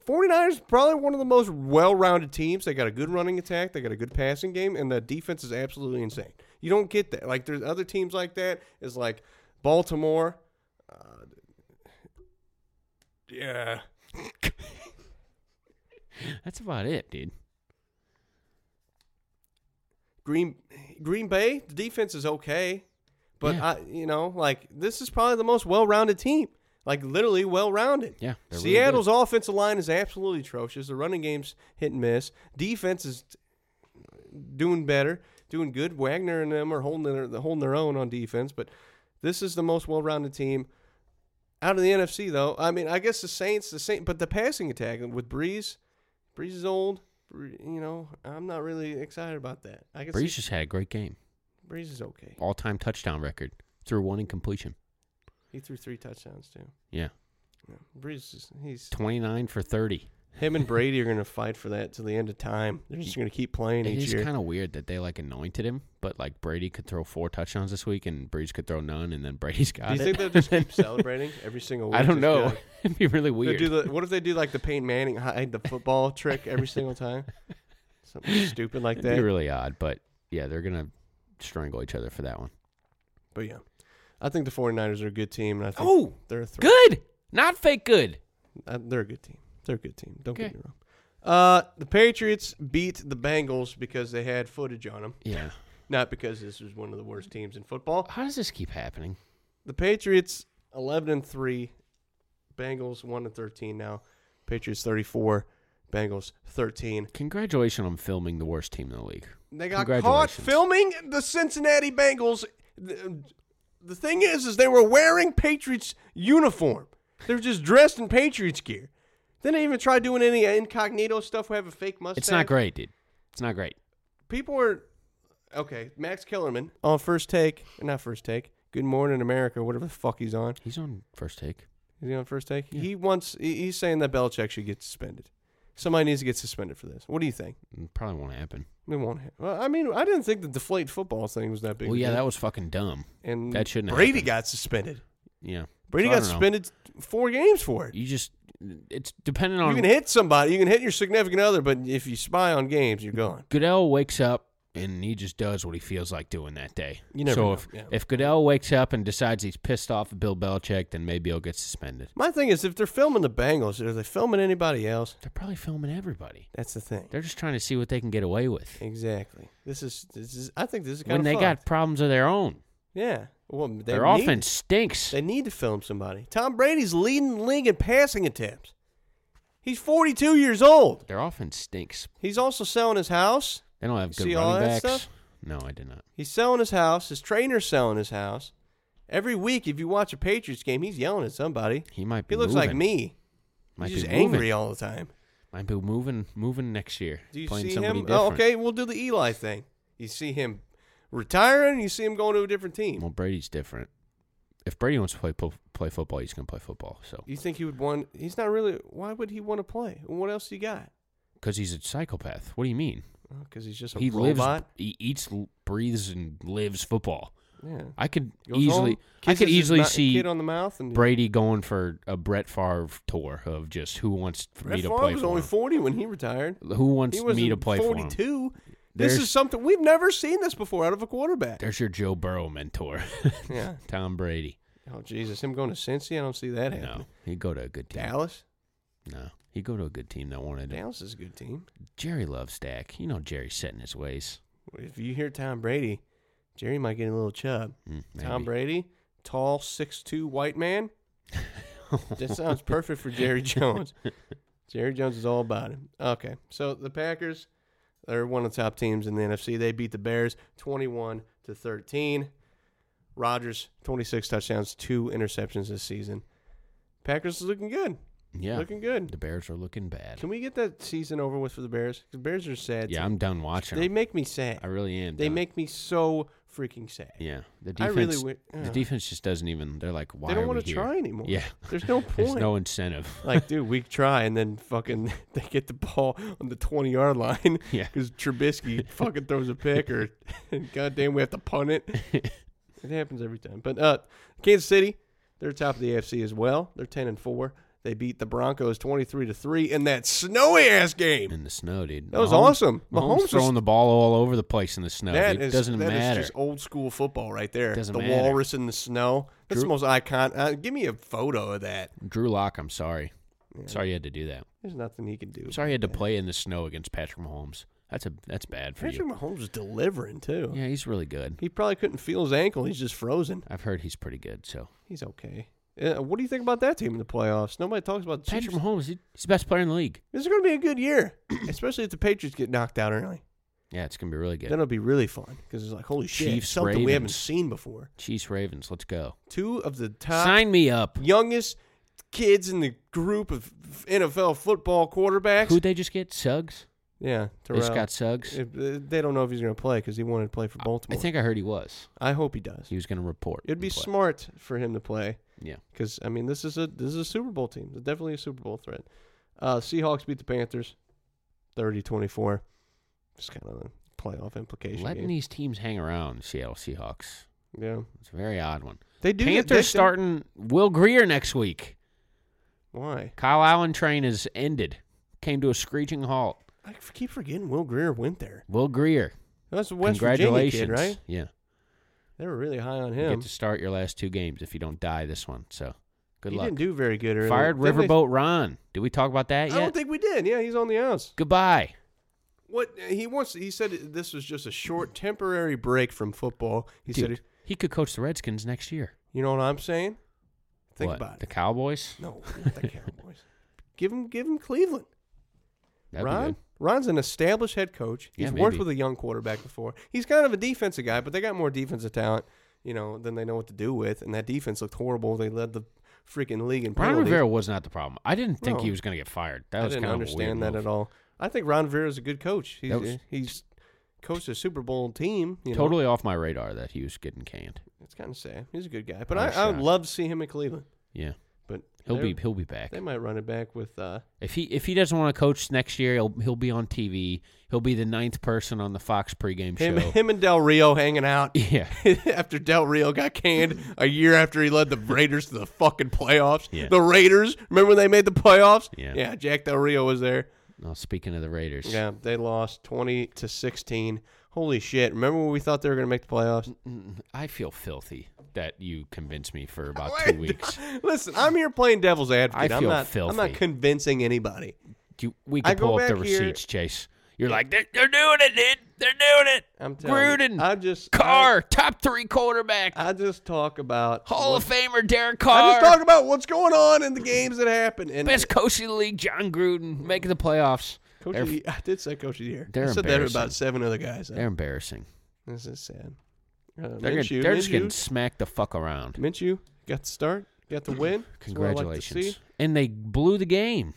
Speaker 2: 49ers probably one of the most well-rounded teams. They got a good running attack, they got a good passing game, and the defense is absolutely insane. You don't get that. Like there's other teams like that. Is like Baltimore. Uh, yeah,
Speaker 3: That's about it, dude.
Speaker 2: Green Green Bay. The defense is okay, but
Speaker 3: Yeah.
Speaker 2: I, you know, like this is probably the most well-rounded team. Like literally well-rounded.
Speaker 3: Yeah, they're really good.
Speaker 2: Seattle's offensive line is absolutely atrocious. The running game's hit and miss. Defense is doing better, doing good. Wagner and them are holding their they're holding their own on defense, but this is the most well-rounded team out of the NFC. Though I mean, I guess the Saints, the Saint, but the passing attack with Breeze, Breeze is old. Bre- You know, I'm not really excited about that. I guess
Speaker 3: Breeze just had a great game.
Speaker 2: Breeze is okay.
Speaker 3: All time touchdown record through one incompletion.
Speaker 2: He threw three touchdowns too.
Speaker 3: Yeah.
Speaker 2: Yeah. Breeze, is, he's
Speaker 3: 29 for 30.
Speaker 2: him and Brady are going to fight for that till the end of time. They're just going to keep playing
Speaker 3: It
Speaker 2: each
Speaker 3: is
Speaker 2: year.
Speaker 3: kind of weird that they like anointed him, but like Brady could throw four touchdowns this week and Breeze could throw none, and then Brady's *laughs* got
Speaker 2: do you
Speaker 3: it.
Speaker 2: think they'll just
Speaker 3: *laughs*
Speaker 2: keep celebrating every single week?
Speaker 3: I
Speaker 2: Just
Speaker 3: don't know.
Speaker 2: be like-
Speaker 3: *laughs* It'd be really
Speaker 2: They
Speaker 3: weird.
Speaker 2: do the, what if they do like the Peyton Manning hide the football trick every single
Speaker 3: *laughs*
Speaker 2: time? Something stupid like
Speaker 3: It'd
Speaker 2: that.
Speaker 3: be really odd, but yeah, they're gonna strangle each other for that one.
Speaker 2: but yeah, I think the 49ers are a good team. And I think
Speaker 3: Oh,
Speaker 2: they're a threat.
Speaker 3: Good, not fake good.
Speaker 2: Uh, they're a good team. They're a good team. Don't get
Speaker 3: Okay.
Speaker 2: me wrong. Uh, the Patriots beat the Bengals because they had footage on them,
Speaker 3: Yeah.
Speaker 2: not because this was one of the worst teams in football.
Speaker 3: How does this keep happening?
Speaker 2: The Patriots eleven and three, Bengals one and thirteen now. Patriots thirty four, Bengals thirteen.
Speaker 3: Congratulations on filming the worst team in the league.
Speaker 2: They got caught
Speaker 3: Congratulations.
Speaker 2: filming the Cincinnati Bengals. The, the thing is, is they were wearing Patriots uniform. They were just dressed in Patriots gear. They didn't even try doing any incognito stuff. We have a fake mustache.
Speaker 3: It's not great, dude. It's not great.
Speaker 2: People were okay. Max Kellerman on first take, not first take. Good Morning America, whatever the fuck he's on.
Speaker 3: He's on first take.
Speaker 2: Is he on first take?
Speaker 3: Yeah.
Speaker 2: He wants. he- He's saying that Belichick should get suspended. Somebody needs to get suspended for this. What do you think?
Speaker 3: It probably won't happen.
Speaker 2: It won't. ha- Well, I mean, I didn't think the deflate football thing was that big.
Speaker 3: Well,
Speaker 2: of a
Speaker 3: yeah,
Speaker 2: deal.
Speaker 3: that was fucking dumb.
Speaker 2: and
Speaker 3: That shouldn't
Speaker 2: Brady
Speaker 3: happen.
Speaker 2: got suspended.
Speaker 3: Yeah.
Speaker 2: Brady
Speaker 3: So I
Speaker 2: got
Speaker 3: don't know.
Speaker 2: suspended four games for it.
Speaker 3: You just it's dependent
Speaker 2: You
Speaker 3: on
Speaker 2: can hit somebody, you can hit your significant other, but if you spy on games, you're gone.
Speaker 3: Goodell wakes up and he just does what he feels like doing that day.
Speaker 2: You never
Speaker 3: so
Speaker 2: know,
Speaker 3: if
Speaker 2: yeah.
Speaker 3: if Goodell wakes up and decides he's pissed off at Bill Belichick, then maybe he'll get suspended.
Speaker 2: My thing is, if they're filming the Bengals, are they filming anybody else?
Speaker 3: They're probably filming everybody.
Speaker 2: That's the thing.
Speaker 3: They're just trying to see what they can get away with.
Speaker 2: Exactly. This is this is. I think this is kind
Speaker 3: When
Speaker 2: of
Speaker 3: they got problems of their own,
Speaker 2: yeah. Well, they
Speaker 3: their
Speaker 2: need-
Speaker 3: offense stinks.
Speaker 2: They need to film somebody. Tom Brady's leading the league in passing attempts. He's 42 years old.
Speaker 3: their offense stinks.
Speaker 2: He's also selling his house.
Speaker 3: They don't have good
Speaker 2: See all
Speaker 3: running
Speaker 2: that
Speaker 3: backs.
Speaker 2: stuff?
Speaker 3: No, I did not.
Speaker 2: He's selling his house. His trainer's selling his house. Every week, if you watch a Patriots game, he's yelling at somebody.
Speaker 3: He might be.
Speaker 2: He looks like
Speaker 3: moving.
Speaker 2: me.
Speaker 3: Might
Speaker 2: he's
Speaker 3: be
Speaker 2: just
Speaker 3: moving.
Speaker 2: angry all the time.
Speaker 3: Might be moving, moving next year.
Speaker 2: Do you
Speaker 3: playing
Speaker 2: see
Speaker 3: somebody
Speaker 2: him?
Speaker 3: Different.
Speaker 2: Oh, okay, we'll do the Eli thing. You see him retiring. You see him going to a different team.
Speaker 3: Well, Brady's different. If Brady wants to play po- play football, he's gonna play football. So
Speaker 2: You think he would want? He's not really. Why would he want to play? What else you got?
Speaker 3: because he's a psychopath. What do you mean?
Speaker 2: Because he's just a
Speaker 3: he lives,
Speaker 2: robot.
Speaker 3: he eats, l- breathes, and lives football.
Speaker 2: yeah.
Speaker 3: I could
Speaker 2: Goes
Speaker 3: easily,
Speaker 2: home,
Speaker 3: I
Speaker 2: kisses
Speaker 3: could
Speaker 2: his
Speaker 3: easily
Speaker 2: ma-
Speaker 3: see
Speaker 2: kid on the mouth and
Speaker 3: Brady going for a Brett Favre tour of just who wants for
Speaker 2: Brett
Speaker 3: me to
Speaker 2: Favre
Speaker 3: play
Speaker 2: was
Speaker 3: for.
Speaker 2: only
Speaker 3: him.
Speaker 2: 40 when he retired.
Speaker 3: who wants
Speaker 2: he was
Speaker 3: me to play
Speaker 2: 42.
Speaker 3: for him?
Speaker 2: This
Speaker 3: There's-
Speaker 2: is something we've never seen this before out of a quarterback.
Speaker 3: There's your Joe Burrow mentor, *laughs*
Speaker 2: Yeah.
Speaker 3: Tom Brady.
Speaker 2: Oh Jesus, him going to Cincy? I don't see that happening.
Speaker 3: No, he'd go to a good team.
Speaker 2: Dallas.
Speaker 3: No, he'd go to a good team that wanted him.
Speaker 2: Dallas is a good team.
Speaker 3: Jerry loves Dak. You know Jerry's set in his ways.
Speaker 2: If you hear Tom Brady, Jerry might get a little chub.
Speaker 3: Mm,
Speaker 2: Tom
Speaker 3: *laughs* maybe.
Speaker 2: Brady, tall, 6'2 white man. That sounds perfect for
Speaker 3: *laughs*
Speaker 2: Jerry Jones. Jerry Jones is all about him. Okay, so the Packers, they're one of the top teams in the NFC. They beat the Bears 21 to 13. Rodgers, 26 touchdowns, two interceptions this season. Packers is looking good.
Speaker 3: yeah,
Speaker 2: Looking good.
Speaker 3: The Bears are looking bad.
Speaker 2: Can we get that season over with for the Bears? 'Cause Bears are sad.
Speaker 3: yeah,
Speaker 2: team.
Speaker 3: I'm done watching.
Speaker 2: they
Speaker 3: them.
Speaker 2: make me sad.
Speaker 3: I really am.
Speaker 2: they
Speaker 3: done.
Speaker 2: make me so freaking sad.
Speaker 3: Yeah, the
Speaker 2: I
Speaker 3: defense.
Speaker 2: really wi-
Speaker 3: the
Speaker 2: ugh.
Speaker 3: defense just doesn't even. They're like, why
Speaker 2: they don't
Speaker 3: want to
Speaker 2: try anymore.
Speaker 3: Yeah,
Speaker 2: *laughs*
Speaker 3: *laughs*
Speaker 2: There's no
Speaker 3: there's
Speaker 2: point.
Speaker 3: no incentive.
Speaker 2: *laughs* like, dude, we try, and then fucking *laughs* they get the ball on the twenty yard line.
Speaker 3: *laughs* Yeah.
Speaker 2: because
Speaker 3: *laughs*
Speaker 2: Trubisky fucking throws a pick, or *laughs* goddamn, we have to punt
Speaker 3: *laughs*
Speaker 2: it. It happens every time. But uh, Kansas City, they're top of the AFC as well. They're ten and four. They beat the Broncos twenty three to three in that snowy ass game.
Speaker 3: *laughs* in the snow, dude.
Speaker 2: That was
Speaker 3: Mahomes-
Speaker 2: awesome.
Speaker 3: Mahomes,
Speaker 2: Mahomes was-
Speaker 3: throwing the ball all over the place in the snow.
Speaker 2: That
Speaker 3: dude.
Speaker 2: is-
Speaker 3: doesn't
Speaker 2: that is
Speaker 3: matter.
Speaker 2: just old school football right there.
Speaker 3: Doesn't
Speaker 2: the
Speaker 3: matter.
Speaker 2: walrus in the snow. That's
Speaker 3: Drew-
Speaker 2: the most icon. Uh, give me a photo of that.
Speaker 3: Drew Lock, I'm sorry. Sorry you had to do that.
Speaker 2: There's nothing he can do.
Speaker 3: I'm sorry you had to play in the snow against Patrick Mahomes. That's a that's bad for
Speaker 2: Patrick
Speaker 3: you.
Speaker 2: Mahomes is delivering too.
Speaker 3: Yeah, he's really good.
Speaker 2: He probably couldn't feel his ankle. He's just frozen.
Speaker 3: I've heard he's pretty good. So
Speaker 2: He's okay. Uh, what do you think about that team in the playoffs? Nobody talks about the
Speaker 3: Patrick
Speaker 2: Chiefs.
Speaker 3: Mahomes, he- he's the best player in the league.
Speaker 2: This is going to be a good year, *clears throat* especially if the Patriots get knocked out early.
Speaker 3: Yeah, it's gonna be really
Speaker 2: Then
Speaker 3: good.
Speaker 2: it'll be really fun because it's like, holy shit,
Speaker 3: Chiefs,
Speaker 2: something we haven't
Speaker 3: Ravens.
Speaker 2: seen before.
Speaker 3: Chiefs Ravens, let's go.
Speaker 2: Two of the top
Speaker 3: Sign me up.
Speaker 2: youngest kids in the group of NFL football quarterbacks.
Speaker 3: Who'd they just get? Suggs.
Speaker 2: yeah,
Speaker 3: They
Speaker 2: Terrell.
Speaker 3: just got Suggs.
Speaker 2: If- uh, They don't know if he's going to play because he wanted to play for
Speaker 3: I-
Speaker 2: Baltimore.
Speaker 3: I think I heard he was.
Speaker 2: I hope he does.
Speaker 3: He was going to report.
Speaker 2: It'd be
Speaker 3: and play.
Speaker 2: smart for him to play.
Speaker 3: Yeah.
Speaker 2: because I mean this is a this is a Super Bowl team. They're definitely a Super Bowl threat. Uh, Seahawks beat the Panthers, 30-24. Just kind of a playoff implication.
Speaker 3: Letting
Speaker 2: game.
Speaker 3: these teams hang around, Seattle Seahawks.
Speaker 2: yeah,
Speaker 3: It's a very odd one.
Speaker 2: they do. get-
Speaker 3: Panthers
Speaker 2: they-
Speaker 3: starting Will Greer next week.
Speaker 2: Why?
Speaker 3: Kyle Allen train has ended. Came to a screeching halt.
Speaker 2: I f- keep forgetting Will Greer went there.
Speaker 3: Will Greer,
Speaker 2: That's a West Virginia
Speaker 3: congratulations!
Speaker 2: kid, right?
Speaker 3: Yeah,
Speaker 2: They were really high on
Speaker 3: you
Speaker 2: him.
Speaker 3: get to start your last two games if you don't die this one. So good
Speaker 2: he
Speaker 3: luck.
Speaker 2: didn't do very good. Early.
Speaker 3: Fired
Speaker 2: Didn't they-
Speaker 3: Riverboat Ron. Did we talk about that
Speaker 2: I
Speaker 3: yet?
Speaker 2: don't think we did. Yeah, he's on the outs.
Speaker 3: Goodbye.
Speaker 2: What he wants? He said this was just a short, temporary break from football. He
Speaker 3: Dude,
Speaker 2: said,
Speaker 3: he could coach the Redskins next year.
Speaker 2: "You know what I'm saying? Think
Speaker 3: What,
Speaker 2: about it.
Speaker 3: the Cowboys.
Speaker 2: No, not
Speaker 3: *laughs*
Speaker 2: the Cowboys. *laughs* give him, give him Cleveland.
Speaker 3: That'd be
Speaker 2: Ron,
Speaker 3: good.
Speaker 2: Ron's an established head coach. He's
Speaker 3: Yeah,
Speaker 2: worked
Speaker 3: maybe.
Speaker 2: with a young quarterback before. He's kind of a defensive guy, but they got more defensive talent, you know, than they know what to do with. And that defense looked horrible. They led the freaking league in
Speaker 3: Ron
Speaker 2: penalties.
Speaker 3: Rivera was not the problem. I didn't think he
Speaker 2: No.
Speaker 3: was going to get fired. That
Speaker 2: I
Speaker 3: was
Speaker 2: didn't
Speaker 3: kind
Speaker 2: understand
Speaker 3: of a
Speaker 2: that
Speaker 3: weird move.
Speaker 2: at all. I think Ron Rivera is a good coach. He's
Speaker 3: That was-
Speaker 2: he's coached a Super Bowl team. You know.
Speaker 3: totally off my radar that he was getting canned.
Speaker 2: it's kind of sad. He's a good guy, but
Speaker 3: I
Speaker 2: I,
Speaker 3: was
Speaker 2: I would
Speaker 3: shocked.
Speaker 2: love to see him in Cleveland.
Speaker 3: Yeah,
Speaker 2: But
Speaker 3: He'll
Speaker 2: They're-
Speaker 3: be he'll be back.
Speaker 2: They might run it back with uh,
Speaker 3: If he if he doesn't want to coach next year, he'll he'll be on TV. He'll be the ninth person on the Fox pregame
Speaker 2: him,
Speaker 3: show.
Speaker 2: him and Del Rio hanging
Speaker 3: *laughs*
Speaker 2: out. *laughs*
Speaker 3: Yeah.
Speaker 2: after Del Rio got canned a year after he led the Raiders to the fucking playoffs.
Speaker 3: Yeah.
Speaker 2: The Raiders, remember when they made the playoffs?
Speaker 3: Yeah.
Speaker 2: Yeah, Jack Del Rio was there.
Speaker 3: Now speaking of the Raiders,
Speaker 2: Yeah, they lost 20 to 16. Holy shit. Remember when we thought they were going to make the playoffs?
Speaker 3: I feel filthy that you convinced me
Speaker 2: *laughs*
Speaker 3: for about two weeks.
Speaker 2: Listen, I'm here playing devil's advocate.
Speaker 3: I
Speaker 2: am
Speaker 3: feel
Speaker 2: not I'm not
Speaker 3: filthy.
Speaker 2: convincing anybody.
Speaker 3: Do you, we
Speaker 2: I
Speaker 3: can
Speaker 2: go
Speaker 3: pull up the
Speaker 2: back here-
Speaker 3: receipts, Chase. You're like they're, they're doing it, dude. They're doing it.
Speaker 2: I'm telling you,
Speaker 3: Gruden.
Speaker 2: I just-
Speaker 3: Carr, top three quarterback,
Speaker 2: I just talk about
Speaker 3: Hall of Famer Derek
Speaker 2: I
Speaker 3: Carr.
Speaker 2: just talk about what's going on in the games that happen. And uh,
Speaker 3: Best coach in the league, John Gruden, making the playoffs.
Speaker 2: Coach
Speaker 3: they're,
Speaker 2: of the, I did say coach of the year.
Speaker 3: they're
Speaker 2: I said that about
Speaker 3: embarrassing.
Speaker 2: seven other guys.
Speaker 3: they're embarrassing.
Speaker 2: This is sad. Uh,
Speaker 3: They're, gonna,
Speaker 2: Minshew-
Speaker 3: they're just getting
Speaker 2: Minshew-
Speaker 3: smacked the fuck around.
Speaker 2: Minshew got the start, got the win. That's what I like to
Speaker 3: Congratulations.
Speaker 2: see.
Speaker 3: and they blew the game.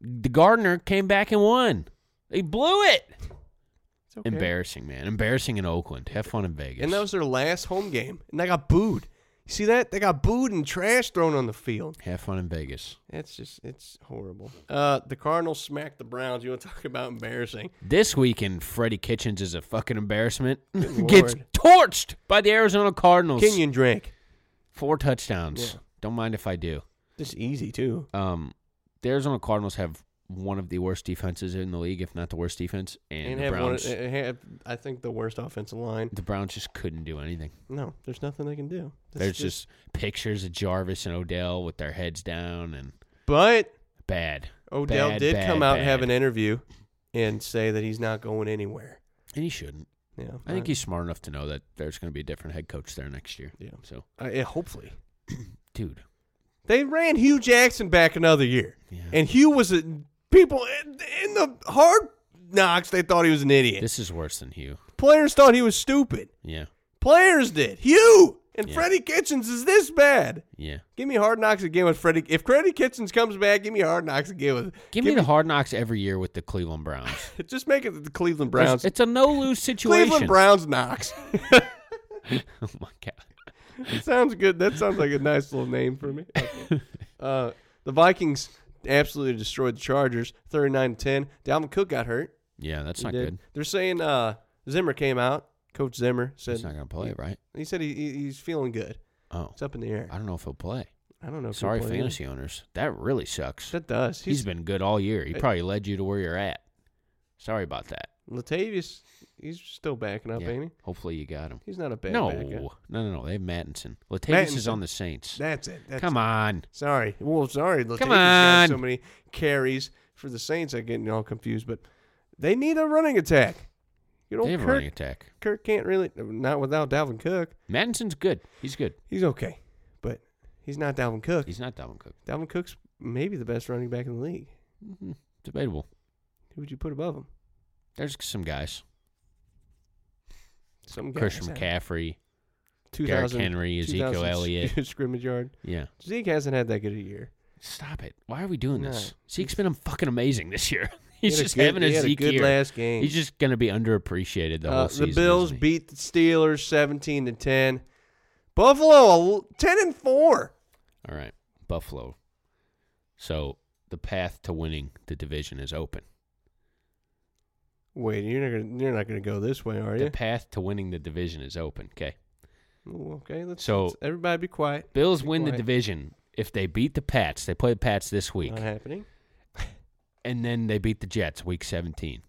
Speaker 3: The Gardner came back and won. They blew it.
Speaker 2: It's okay.
Speaker 3: Embarrassing, man. Embarrassing in Oakland. Have fun in Vegas.
Speaker 2: And that was their last home game, and they got booed. You see that? They got booed and trash thrown on the field.
Speaker 3: Have fun in Vegas.
Speaker 2: It's just, it's horrible. Uh, the Cardinals smacked the Browns. You want to *laughs* talk about embarrassing?
Speaker 3: This weekend, Freddie Kitchens is a fucking embarrassment.
Speaker 2: Good
Speaker 3: *laughs* Gets
Speaker 2: lord.
Speaker 3: torched by the Arizona Cardinals.
Speaker 2: Kenyon Drake.
Speaker 3: Four touchdowns.
Speaker 2: Yeah.
Speaker 3: Don't mind if I do.
Speaker 2: Just easy too.
Speaker 3: Um, the Arizona Cardinals have one of the worst defenses in the league, if not the worst defense, and,
Speaker 2: And,
Speaker 3: the
Speaker 2: have one. uh,
Speaker 3: Browns.
Speaker 2: and have, I think the worst offensive line.
Speaker 3: the Browns just couldn't do anything.
Speaker 2: No, there's nothing they can do. It's
Speaker 3: There's just, pictures of Jarvis and Odell with their heads down and
Speaker 2: But
Speaker 3: bad.
Speaker 2: Odell
Speaker 3: Bad,
Speaker 2: did
Speaker 3: bad,
Speaker 2: come out and
Speaker 3: bad.
Speaker 2: have an interview and say that he's not going anywhere.
Speaker 3: and he shouldn't.
Speaker 2: Yeah,
Speaker 3: I think he's smart enough to know that there's going to be a different head coach there next year.
Speaker 2: Yeah.
Speaker 3: So,
Speaker 2: I, Uh, yeah, hopefully.
Speaker 3: dude,
Speaker 2: They ran Hugh Jackson back another year,
Speaker 3: Yeah.
Speaker 2: and Hugh was a people in, in the hard knocks. They thought he was an idiot.
Speaker 3: this is worse than Hugh.
Speaker 2: Players thought he was stupid.
Speaker 3: Yeah.
Speaker 2: Players did. Hugh and
Speaker 3: Yeah.
Speaker 2: Freddie Kitchens is this bad.
Speaker 3: Yeah.
Speaker 2: Give me hard knocks again with Freddie. If Freddie Kitchens comes back, give me hard knocks again with.
Speaker 3: Give, me the hard knocks every year with the Cleveland Browns.
Speaker 2: Just make it the Cleveland *laughs*
Speaker 3: There's-
Speaker 2: Browns.
Speaker 3: It's a no lose situation.
Speaker 2: Cleveland Browns knocks.
Speaker 3: *laughs*
Speaker 2: *laughs*
Speaker 3: oh, my God.
Speaker 2: sounds good. That sounds like a nice little name for me.
Speaker 3: *laughs*
Speaker 2: Okay. Uh, the Vikings absolutely destroyed the Chargers, thirty-nine to ten. Dalvin Cook got hurt.
Speaker 3: Yeah, that's
Speaker 2: He
Speaker 3: not
Speaker 2: did.
Speaker 3: good.
Speaker 2: They're saying uh, Zimmer came out. Coach Zimmer said
Speaker 3: He's not going to play, right?
Speaker 2: he said he, he- he's feeling good.
Speaker 3: Oh.
Speaker 2: It's up in the air.
Speaker 3: I don't know if he'll play.
Speaker 2: I don't know. if he'll
Speaker 3: Sorry,
Speaker 2: pley yet.
Speaker 3: fantasy owners. That really sucks.
Speaker 2: That does.
Speaker 3: he's been good all year. He
Speaker 2: Uh,
Speaker 3: probably led you to where you're at. Sorry about that.
Speaker 2: Latavius. He's still backing up,
Speaker 3: Yeah.
Speaker 2: ain't he?
Speaker 3: Hopefully you got him.
Speaker 2: He's not a bad
Speaker 3: no,
Speaker 2: backup.
Speaker 3: no, no, no. They have Mattinson. Latavius is
Speaker 2: Mattinson.
Speaker 3: on the Saints.
Speaker 2: That's it. That's
Speaker 3: Come
Speaker 2: it.
Speaker 3: on.
Speaker 2: Sorry. Well, sorry. Latavius
Speaker 3: Come
Speaker 2: got
Speaker 3: on.
Speaker 2: so many carries for the Saints. I'm getting all confused, but they need a running attack. You know,
Speaker 3: They have a
Speaker 2: Kirk,
Speaker 3: running attack.
Speaker 2: Kirk can't really not without Dalvin Cook.
Speaker 3: Madison's good. He's good.
Speaker 2: He's okay, but he's not Dalvin Cook.
Speaker 3: He's not Dalvin Cook.
Speaker 2: Dalvin Cook's maybe the best running back in the league.
Speaker 3: Mhm. Debatable.
Speaker 2: Who would you put above him?
Speaker 3: There's some guys.
Speaker 2: Some guy.
Speaker 3: Christian McCaffrey.
Speaker 2: 2000
Speaker 3: Derrick Henry,
Speaker 2: *laughs*
Speaker 3: Ezekiel
Speaker 2: 2000
Speaker 3: Elliott.
Speaker 2: scrimmage yard.
Speaker 3: Yeah.
Speaker 2: Zeke hasn't had that good a year.
Speaker 3: Stop it. Why are we doing this?
Speaker 2: No.
Speaker 3: Zeke's been fucking amazing this year. *laughs*
Speaker 2: He
Speaker 3: He's
Speaker 2: had a
Speaker 3: just
Speaker 2: good-
Speaker 3: having a
Speaker 2: he had a
Speaker 3: Zeke
Speaker 2: good
Speaker 3: year.
Speaker 2: last game.
Speaker 3: He's just going to be underappreciated the
Speaker 2: Uh,
Speaker 3: whole season.
Speaker 2: the Bills
Speaker 3: isn't he?
Speaker 2: beat the Steelers 17 to 10. Buffalo a- 10 and 4.
Speaker 3: All right. Buffalo. So the path to winning the division is open.
Speaker 2: Wait, you're not gonna you're not gonna go this way, are
Speaker 3: the
Speaker 2: you?
Speaker 3: path to winning the division is open. Okay.
Speaker 2: Ooh, okay, let's,
Speaker 3: So-
Speaker 2: let's- everybody be quiet.
Speaker 3: Bills
Speaker 2: Be
Speaker 3: win the
Speaker 2: quiet.
Speaker 3: division if they beat the Pats. They play the Pats this week.
Speaker 2: Not happening.
Speaker 3: and then they beat the Jets week 17.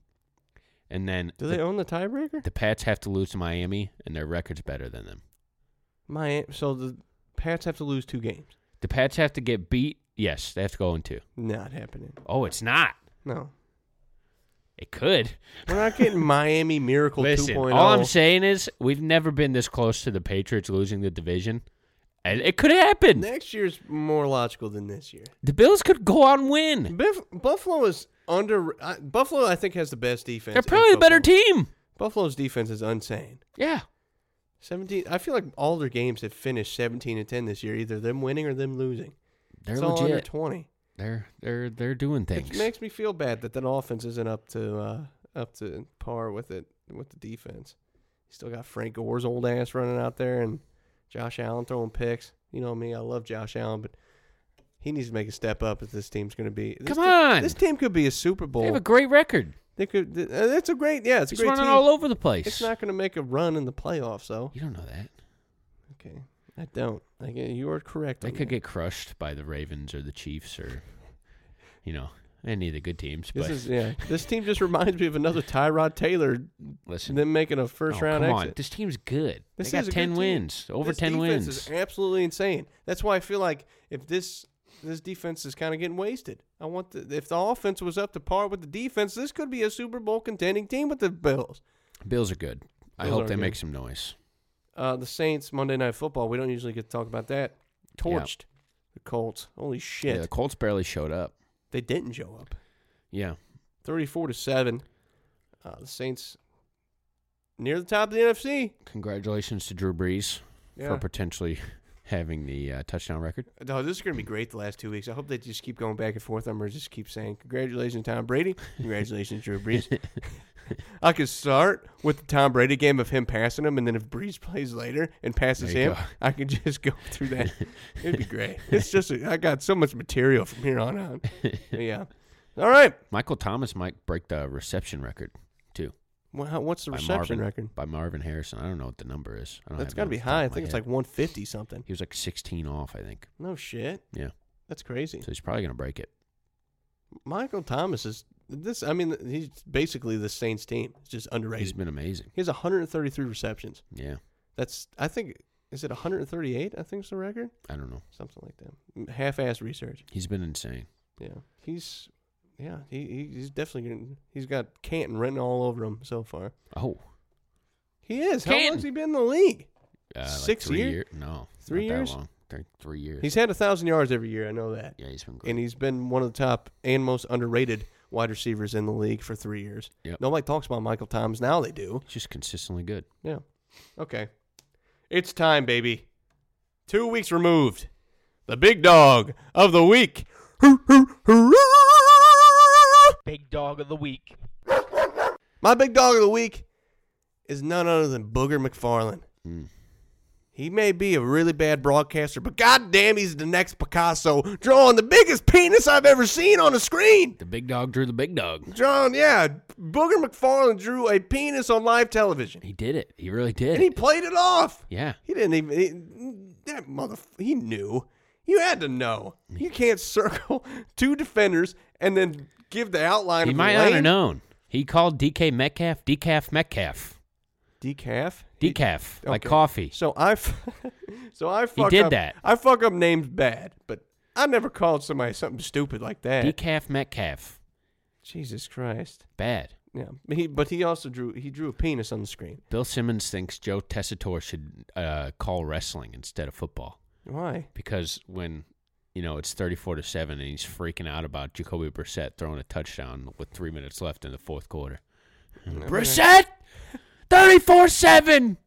Speaker 3: And then
Speaker 2: Do they
Speaker 3: the,
Speaker 2: own the tiebreaker?
Speaker 3: *laughs* the Pats have to lose to Miami, and their record's better than them.
Speaker 2: My so the Pats have to lose two games.
Speaker 3: The Pats have to get beat. Yes, they have to go in two.
Speaker 2: Not happening.
Speaker 3: Oh, it's not.
Speaker 2: No,
Speaker 3: It could.
Speaker 2: we're not getting *laughs* Miami Miracle oh.
Speaker 3: Listen,
Speaker 2: 2.0.
Speaker 3: all I'm saying is we've never been this close to the Patriots losing the division. And it could happen.
Speaker 2: Next year's more logical than this year.
Speaker 3: The Bills could go out and win.
Speaker 2: Buff- Buffalo is under. Uh, Buffalo, I think, has the best defense.
Speaker 3: They're
Speaker 2: in
Speaker 3: probably the better
Speaker 2: football.
Speaker 3: team.
Speaker 2: Buffalo's defense is insane.
Speaker 3: Yeah.
Speaker 2: Seventeen. I feel like all their games have finished seventeen and ten this year, either them winning or them losing.
Speaker 3: They're
Speaker 2: it's all under
Speaker 3: legit.
Speaker 2: twenty.
Speaker 3: They're they're they're doing
Speaker 2: It
Speaker 3: things.
Speaker 2: makes me feel bad that that offense isn't up to uh, up to par with it with the defense. You still got Frank Gore's old ass running out there and Josh Allen throwing picks. You know me, I love Josh Allen, but He needs to make a step up if this team's going to be. This
Speaker 3: Come
Speaker 2: te-
Speaker 3: on.
Speaker 2: this team could be a Super Bowl.
Speaker 3: They have a great record.
Speaker 2: They could. th- uh, That's a great. Yeah, it's a
Speaker 3: He's
Speaker 2: great
Speaker 3: running
Speaker 2: team.
Speaker 3: all over the place.
Speaker 2: It's not going to make a run in the playoffs, though.
Speaker 3: You don't know that.
Speaker 2: Okay, I don't. I, get- you are correct.
Speaker 3: They
Speaker 2: on
Speaker 3: could
Speaker 2: that.
Speaker 3: get crushed by the Ravens or the Chiefs or, you know, any of the good teams.
Speaker 2: This
Speaker 3: But
Speaker 2: is yeah. This team just reminds me of another Tyrod Taylor.
Speaker 3: listen,
Speaker 2: Them making a first
Speaker 3: oh,
Speaker 2: round
Speaker 3: come
Speaker 2: exit.
Speaker 3: on, this team's good.
Speaker 2: This
Speaker 3: they
Speaker 2: is a
Speaker 3: got ten
Speaker 2: good team.
Speaker 3: wins, over
Speaker 2: This
Speaker 3: ten
Speaker 2: defense
Speaker 3: wins.
Speaker 2: Is absolutely insane. That's why I feel like if this this defense is kind of getting wasted. I want the, if the offense was up to par with the defense, this could be a Super Bowl contending team with the Bills.
Speaker 3: Bills are good. I
Speaker 2: Bills
Speaker 3: hope
Speaker 2: are
Speaker 3: they make
Speaker 2: good.
Speaker 3: some noise.
Speaker 2: Uh, the Saints Monday Night Football. We don't usually get to talk about that. Torched the Colts. Holy shit!
Speaker 3: Yeah, the Colts barely showed up.
Speaker 2: They didn't show up.
Speaker 3: Yeah,
Speaker 2: Thirty-four to seven. Uh, the Saints near the top of the NFC.
Speaker 3: congratulations to Drew Brees
Speaker 2: Yeah.
Speaker 3: for potentially *laughs* having the uh,
Speaker 2: *laughs*
Speaker 3: touchdown record.
Speaker 2: No, this is going to be great the last two weeks. I hope they just keep going back and forth. I'm going to just keep saying, Congratulations, Tom Brady. Congratulations, Drew
Speaker 3: *laughs*
Speaker 2: Brees. I could start with the Tom Brady game of him passing him, and then if Brees plays later and passes
Speaker 3: There you
Speaker 2: him,
Speaker 3: go.
Speaker 2: I can just go through that. It'd be great. *laughs* It's just, a, I got so much material from here on out. But yeah. All right.
Speaker 3: Michael Thomas might break the reception record too.
Speaker 2: Well, how- what's the
Speaker 3: by
Speaker 2: reception
Speaker 3: Marvin,
Speaker 2: record?
Speaker 3: by Marvin Harrison. I don't know what the number is. I don't
Speaker 2: That's
Speaker 3: have it
Speaker 2: got
Speaker 3: off
Speaker 2: to be
Speaker 3: the top
Speaker 2: high. I
Speaker 3: of my
Speaker 2: think it's
Speaker 3: head.
Speaker 2: like 150 something.
Speaker 3: he was like 16 off. I think.
Speaker 2: No shit.
Speaker 3: Yeah,
Speaker 2: That's crazy.
Speaker 3: so he's probably gonna break it.
Speaker 2: Michael Thomas is this. I mean, he's basically the Saints team. It's just underrated.
Speaker 3: He's been amazing.
Speaker 2: He has 133 receptions.
Speaker 3: Yeah,
Speaker 2: That's I think is it 138? I think is the record,
Speaker 3: I don't know.
Speaker 2: something like that. Half-ass research.
Speaker 3: He's been insane.
Speaker 2: Yeah, he's yeah he he- he's definitely gonna, he's got Canton written all over him so far.
Speaker 3: Oh,
Speaker 2: He is. How
Speaker 3: Canton!
Speaker 2: long's he been in the league?
Speaker 3: uh, like
Speaker 2: Six
Speaker 3: three
Speaker 2: year-
Speaker 3: year- No,
Speaker 2: three
Speaker 3: not that
Speaker 2: years?
Speaker 3: long. Three, three years.
Speaker 2: He's had a thousand yards every year. I know that,
Speaker 3: yeah, he's been great.
Speaker 2: and he's been one of the top and most underrated wide receivers in the league for three years.
Speaker 3: Yep.
Speaker 2: Nobody talks about Michael Thomas now. They do.
Speaker 3: He's just consistently good.
Speaker 2: Yeah. Okay. It's time, baby. Two weeks removed. The big dog of the week.
Speaker 5: Big dog of the week.
Speaker 2: My big dog of the week is none other than Booger McFarlane.
Speaker 3: Mm.
Speaker 2: He may be a really bad broadcaster, but goddamn, he's the next Picasso, drawing the biggest penis I've ever seen on a screen.
Speaker 3: The big dog drew the big dog.
Speaker 2: John, yeah, Booger McFarlane drew a penis on live television,
Speaker 3: He did it. He really did.
Speaker 2: and he played it off.
Speaker 3: yeah.
Speaker 2: He didn't even he, that mother. He knew. You had to know. You can't circle *laughs* two defenders and then give the outline.
Speaker 3: He
Speaker 2: of
Speaker 3: might
Speaker 2: the
Speaker 3: not
Speaker 2: lane.
Speaker 3: have known. He called DK Metcalf, decaf Metcalf,
Speaker 2: Decaf.
Speaker 3: decaf, like
Speaker 2: Okay.
Speaker 3: coffee.
Speaker 2: So I, f- *laughs* so I fuck
Speaker 3: did
Speaker 2: up,
Speaker 3: that.
Speaker 2: I fuck up names bad, but I never called somebody something stupid like that.
Speaker 3: Decaf Metcalf,
Speaker 2: Jesus Christ.
Speaker 3: bad.
Speaker 2: Yeah, but he but he also drew he drew a penis on the screen.
Speaker 3: Bill Simmons thinks Joe Tessitore should uh, call wrestling instead of football
Speaker 2: Why?
Speaker 3: because when you know it's thirty-four to seven and he's freaking out about Jacoby Brissett throwing a touchdown with three minutes left in the fourth quarter. Brissett, thirty-four-seven,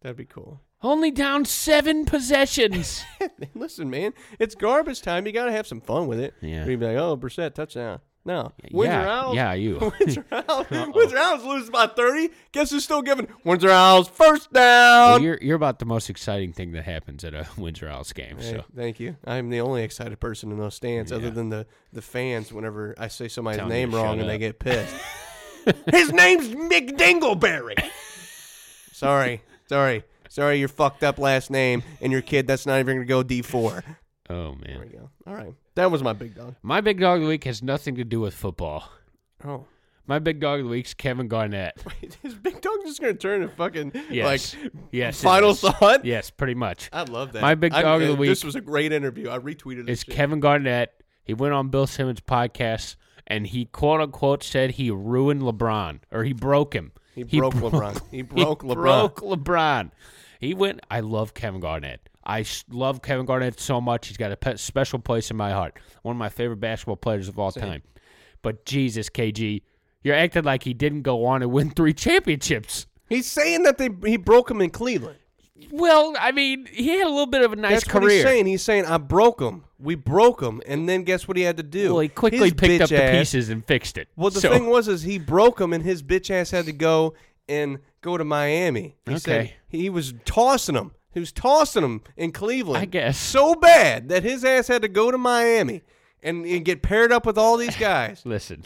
Speaker 2: That'd be cool.
Speaker 3: only down seven possessions.
Speaker 2: *laughs* Listen, man, it's garbage time. You gotta have some fun with it.
Speaker 3: Yeah.
Speaker 2: You'd be like, oh, Brissett touchdown. No, Windsor
Speaker 3: yeah,
Speaker 2: Owls.
Speaker 3: yeah, you.
Speaker 2: *laughs*
Speaker 3: *laughs*
Speaker 2: Windsor Owls. Windsor Owls loses by thirty. Guess who's still giving Windsor Owls first down?
Speaker 3: Well, you're you're about the most exciting thing that happens at a *laughs* Windsor Owls game.
Speaker 2: Hey,
Speaker 3: So
Speaker 2: Thank you. I'm the only excited person in those stands, other
Speaker 3: Yeah.
Speaker 2: than the, the fans. Whenever I say somebody's
Speaker 3: Telling
Speaker 2: name
Speaker 3: you to
Speaker 2: wrong
Speaker 3: shut
Speaker 2: and they
Speaker 3: up.
Speaker 2: get
Speaker 3: *laughs*
Speaker 2: pissed, his name's Mick Dingleberry. sorry, sorry, sorry. Your fucked up last name and your kid. That's not even gonna go D four.
Speaker 3: oh
Speaker 2: There
Speaker 3: man,
Speaker 2: we go. All right, that was my big dog.
Speaker 3: my big dog of the week has nothing to do with football.
Speaker 2: Oh,
Speaker 3: My big dog of the week's
Speaker 2: *laughs*
Speaker 3: Kevin Garnett.
Speaker 2: wait, *laughs* his big dog's just gonna turn to fucking
Speaker 3: Yes,
Speaker 2: like
Speaker 3: yes. it
Speaker 2: final
Speaker 3: is.
Speaker 2: thought?
Speaker 3: Yes, pretty much.
Speaker 2: I love that.
Speaker 3: My big
Speaker 2: I'm-
Speaker 3: dog of
Speaker 2: uh,
Speaker 3: the week
Speaker 2: This was a great interview. I retweeted
Speaker 3: is
Speaker 2: it.
Speaker 3: Kevin Garnett. He went on Bill Simmons' podcast and he quote unquote said he ruined LeBron or he broke him.
Speaker 2: He broke
Speaker 3: *laughs*
Speaker 2: LeBron. He broke LeBron.
Speaker 3: Broke LeBron. He went. I love Kevin Garnett. I s- love Kevin Garnett so much. He's got a pe- special place in my heart. One of my favorite basketball players of all time. But Jesus, KG, you're acting like he didn't go on and win *laughs* three championships.
Speaker 2: He's saying that they he broke him in Cleveland.
Speaker 3: Well, I mean, he had a little bit of a nice
Speaker 2: That's
Speaker 3: career.
Speaker 2: what he's saying. He's saying I broke him. We broke him, and then guess what he had to do?
Speaker 3: Well, he quickly
Speaker 2: His
Speaker 3: picked up
Speaker 2: bitch
Speaker 3: the
Speaker 2: ass-
Speaker 3: pieces and fixed it.
Speaker 2: Well, the
Speaker 3: So-
Speaker 2: thing was is he broke him, and his bitch ass had to go and go to Miami. He said
Speaker 3: Okay.
Speaker 2: he was tossing him. who's tossing him in Cleveland.
Speaker 3: I guess.
Speaker 2: so bad that his ass had to go to Miami and, and get paired up with all these
Speaker 3: *sighs*
Speaker 2: guys.
Speaker 3: Listen,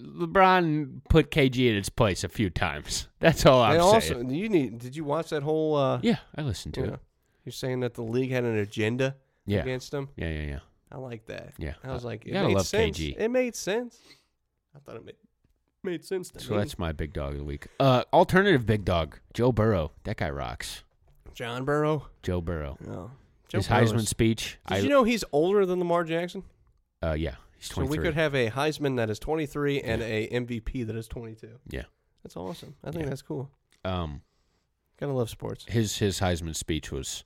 Speaker 3: LeBron put KG in its place a few times. *laughs* That's all I'm
Speaker 2: they also,
Speaker 3: saying.
Speaker 2: you need. Did you watch that whole? Uh,
Speaker 3: Yeah, I listened to
Speaker 2: you know,
Speaker 3: it.
Speaker 2: you're saying that the league had an agenda
Speaker 3: Yeah.
Speaker 2: against him.
Speaker 3: Yeah, yeah, yeah.
Speaker 2: I like that.
Speaker 3: Yeah.
Speaker 2: I was like,
Speaker 3: You
Speaker 2: it
Speaker 3: gotta
Speaker 2: made
Speaker 3: love
Speaker 2: sense.
Speaker 3: KG.
Speaker 2: It made sense. I thought it made, made sense. To
Speaker 3: So
Speaker 2: me.
Speaker 3: that's my big dog of the week. Uh, alternative big dog, Joe Burrow. That guy rocks.
Speaker 2: John Burrow.
Speaker 3: Joe Burrow.
Speaker 2: No.
Speaker 3: His
Speaker 2: Burrow's-
Speaker 3: Heisman speech.
Speaker 2: Did
Speaker 3: I,
Speaker 2: you know he's older than Lamar Jackson?
Speaker 3: Uh, yeah, he's
Speaker 2: So
Speaker 3: 23.
Speaker 2: we could have a Heisman that is 23 and a MVP that is 22.
Speaker 3: yeah.
Speaker 2: That's awesome. I think
Speaker 3: Yeah.
Speaker 2: that's cool.
Speaker 3: Um,
Speaker 2: Gotta love sports.
Speaker 3: his his Heisman speech was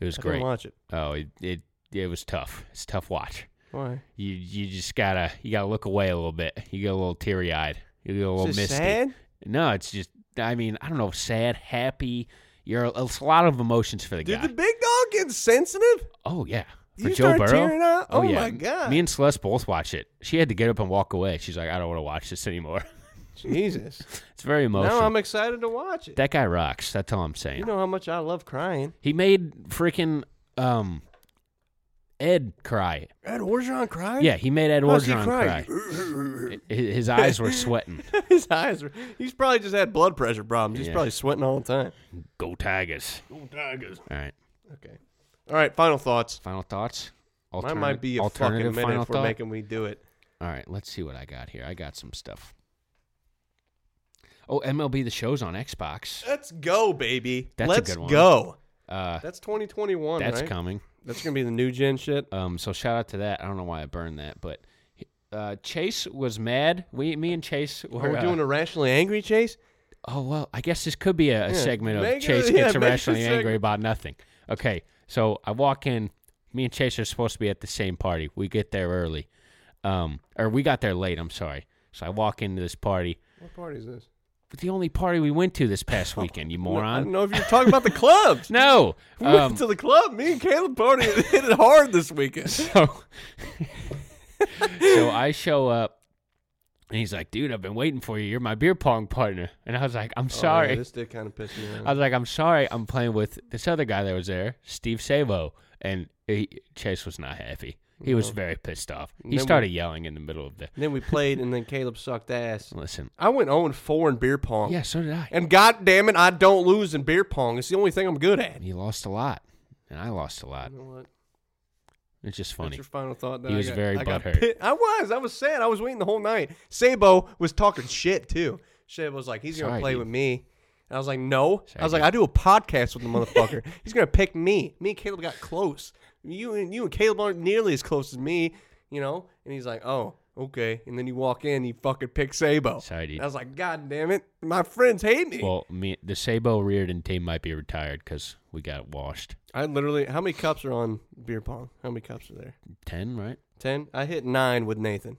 Speaker 3: it was
Speaker 2: I
Speaker 3: great.
Speaker 2: Didn't watch it.
Speaker 3: Oh, it, it it was tough. It's a tough watch.
Speaker 2: Why?
Speaker 3: You you just gotta you gotta look away a little bit. You get a little teary eyed. You get a little
Speaker 2: Is it
Speaker 3: Oh, misty.
Speaker 2: sad?
Speaker 3: No, it's just I mean I don't know. Sad, happy. You're it's a lot of emotions for the
Speaker 2: Did
Speaker 3: guy.
Speaker 2: the big dog get sensitive?
Speaker 3: oh yeah,
Speaker 2: You
Speaker 3: for Joe
Speaker 2: start
Speaker 3: Burrow.
Speaker 2: tearing up?
Speaker 3: Oh,
Speaker 2: Oh,
Speaker 3: yeah.
Speaker 2: my God.
Speaker 3: Me and Celeste both watch it. She had to get up and walk away. She's like, I don't want to watch this anymore. *laughs*
Speaker 2: Jesus.
Speaker 3: it's very emotional.
Speaker 2: Now I'm excited to watch it.
Speaker 3: that guy rocks. That's all I'm saying.
Speaker 2: You know how much I love crying.
Speaker 3: He made freaking um Ed cry.
Speaker 2: Ed Orgeron cried?
Speaker 3: Yeah, he made Ed
Speaker 2: How's he
Speaker 3: Orgeron
Speaker 2: crying?
Speaker 3: cry. Hi- His eyes were sweating.
Speaker 2: *laughs* His eyes were. He's probably just had blood pressure problems. He's
Speaker 3: Yeah.
Speaker 2: probably sweating all the time.
Speaker 3: Go Tigers. Go Tigers. All right.
Speaker 2: Okay. All right, final thoughts.
Speaker 3: Final thoughts.
Speaker 2: Mine might be a fucking
Speaker 3: alternative
Speaker 2: minute
Speaker 3: final
Speaker 2: if we're
Speaker 3: thought?
Speaker 2: making me do it.
Speaker 3: All right, let's see what I got here. I got some stuff. Oh, MLB the show's on Xbox.
Speaker 2: Let's go, baby.
Speaker 3: That's a
Speaker 2: Let's
Speaker 3: good one.
Speaker 2: go.
Speaker 3: Uh,
Speaker 2: That's 2021.
Speaker 3: that's
Speaker 2: right?
Speaker 3: coming.
Speaker 2: That's gonna be the new gen shit.
Speaker 3: Um, so shout out to that. I don't know why I burned that, but uh, Chase was mad. We, me and Chase were
Speaker 2: Are we
Speaker 3: uh,
Speaker 2: Oh, doing irrationally angry, Chase?
Speaker 3: Oh well, I guess this could be a, a
Speaker 2: Yeah,
Speaker 3: segment of
Speaker 2: make it-
Speaker 3: Chase
Speaker 2: *laughs* yeah,
Speaker 3: gets
Speaker 2: make it a
Speaker 3: irrationally angry
Speaker 2: seg-
Speaker 3: about nothing. Okay, so I walk in. Me and Chase are supposed to be at the same party. We get there early, um, or we got there late. I'm sorry. So I walk into this party.
Speaker 2: What party is this?
Speaker 3: The only party we went to
Speaker 2: *laughs*
Speaker 3: this past weekend, you
Speaker 2: I don't
Speaker 3: moron.
Speaker 2: know if you're talking about the
Speaker 3: *laughs*
Speaker 2: clubs.
Speaker 3: No.
Speaker 2: *laughs* We went
Speaker 3: *laughs* Um,
Speaker 2: to the club. Me and Caleb party *laughs* hit it hard this weekend. *laughs*
Speaker 3: so, so I show up, and he's like, "Dude, I've been waiting for you. You're my beer pong partner." And I was like, "I'm *laughs* sorry."
Speaker 2: Oh, yeah, this did kind of piss me
Speaker 3: I
Speaker 2: off.
Speaker 3: was like, I'm sorry, I'm playing with this other guy that was there, Steve Savo, and he, Chase was not happy. He was very pissed off.
Speaker 2: And
Speaker 3: He
Speaker 2: then we-
Speaker 3: started yelling in the middle of the.
Speaker 2: And then we played, and then Caleb sucked ass.
Speaker 3: *laughs* Listen,
Speaker 2: I went 0 4 in beer pong.
Speaker 3: yeah, so did Mm. I.
Speaker 2: Oh. And god damn it, I don't lose in beer pong. It's the only thing I'm good at.
Speaker 3: And he lost a lot, and I lost a lot.
Speaker 2: You know what?
Speaker 3: It's just
Speaker 2: Mm. That's
Speaker 3: funny.
Speaker 2: your final thought. that
Speaker 3: He
Speaker 2: I
Speaker 3: was
Speaker 2: got-
Speaker 3: very
Speaker 2: I got
Speaker 3: butthurt.
Speaker 2: pit- I was. I was sad. I was waiting the whole night. Sabo was talking shit too. Sabo was like, he's gonna
Speaker 3: Sorry,
Speaker 2: play
Speaker 3: dude.
Speaker 2: with me. And I was like, no. I
Speaker 3: Sorry,
Speaker 2: was like,
Speaker 3: dude.
Speaker 2: I do a podcast with the motherfucker. *laughs* he's gonna pick me. Me and Caleb got close. You and you and Caleb aren't nearly as close as me, you know. And he's like, oh, okay. And then you walk in, you fucking pick Sabo.
Speaker 3: Sorry, dude.
Speaker 2: And I was like, god damn it, my friends hate me.
Speaker 3: Well, me, the Sabo Reardon team might be retired because we got washed.
Speaker 2: I literally, how many cups are on beer pong? How many cups are there?
Speaker 3: 10, right?
Speaker 2: Ten. I hit nine with Nathan.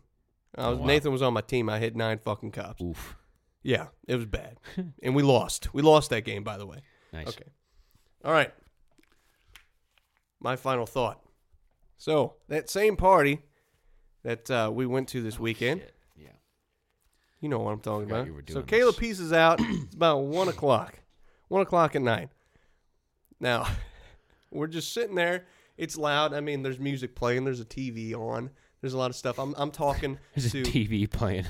Speaker 2: I
Speaker 3: Oh,
Speaker 2: was,
Speaker 3: wow.
Speaker 2: Nathan was on my team. I hit nine fucking cops.
Speaker 3: Oof.
Speaker 2: Yeah, it was
Speaker 3: *laughs*
Speaker 2: bad, and we lost. We lost that game, by the way.
Speaker 3: Nice.
Speaker 2: Okay. All right. My final thought. So that same party that uh, we went to this weekend.
Speaker 3: Yeah.
Speaker 2: You know what I'm talking
Speaker 3: Forgot
Speaker 2: about.
Speaker 3: you were
Speaker 2: so
Speaker 3: doing
Speaker 2: Caleb
Speaker 3: this.
Speaker 2: pieces out. it's about one o'clock. One o'clock at night. Now, *laughs* we're just sitting there. It's loud. I mean, there's music playing. There's a TV on. There's a lot of stuff. I'm, I'm talking
Speaker 3: *laughs* *laughs* There's
Speaker 2: to.
Speaker 3: a
Speaker 2: *laughs*
Speaker 3: TV playing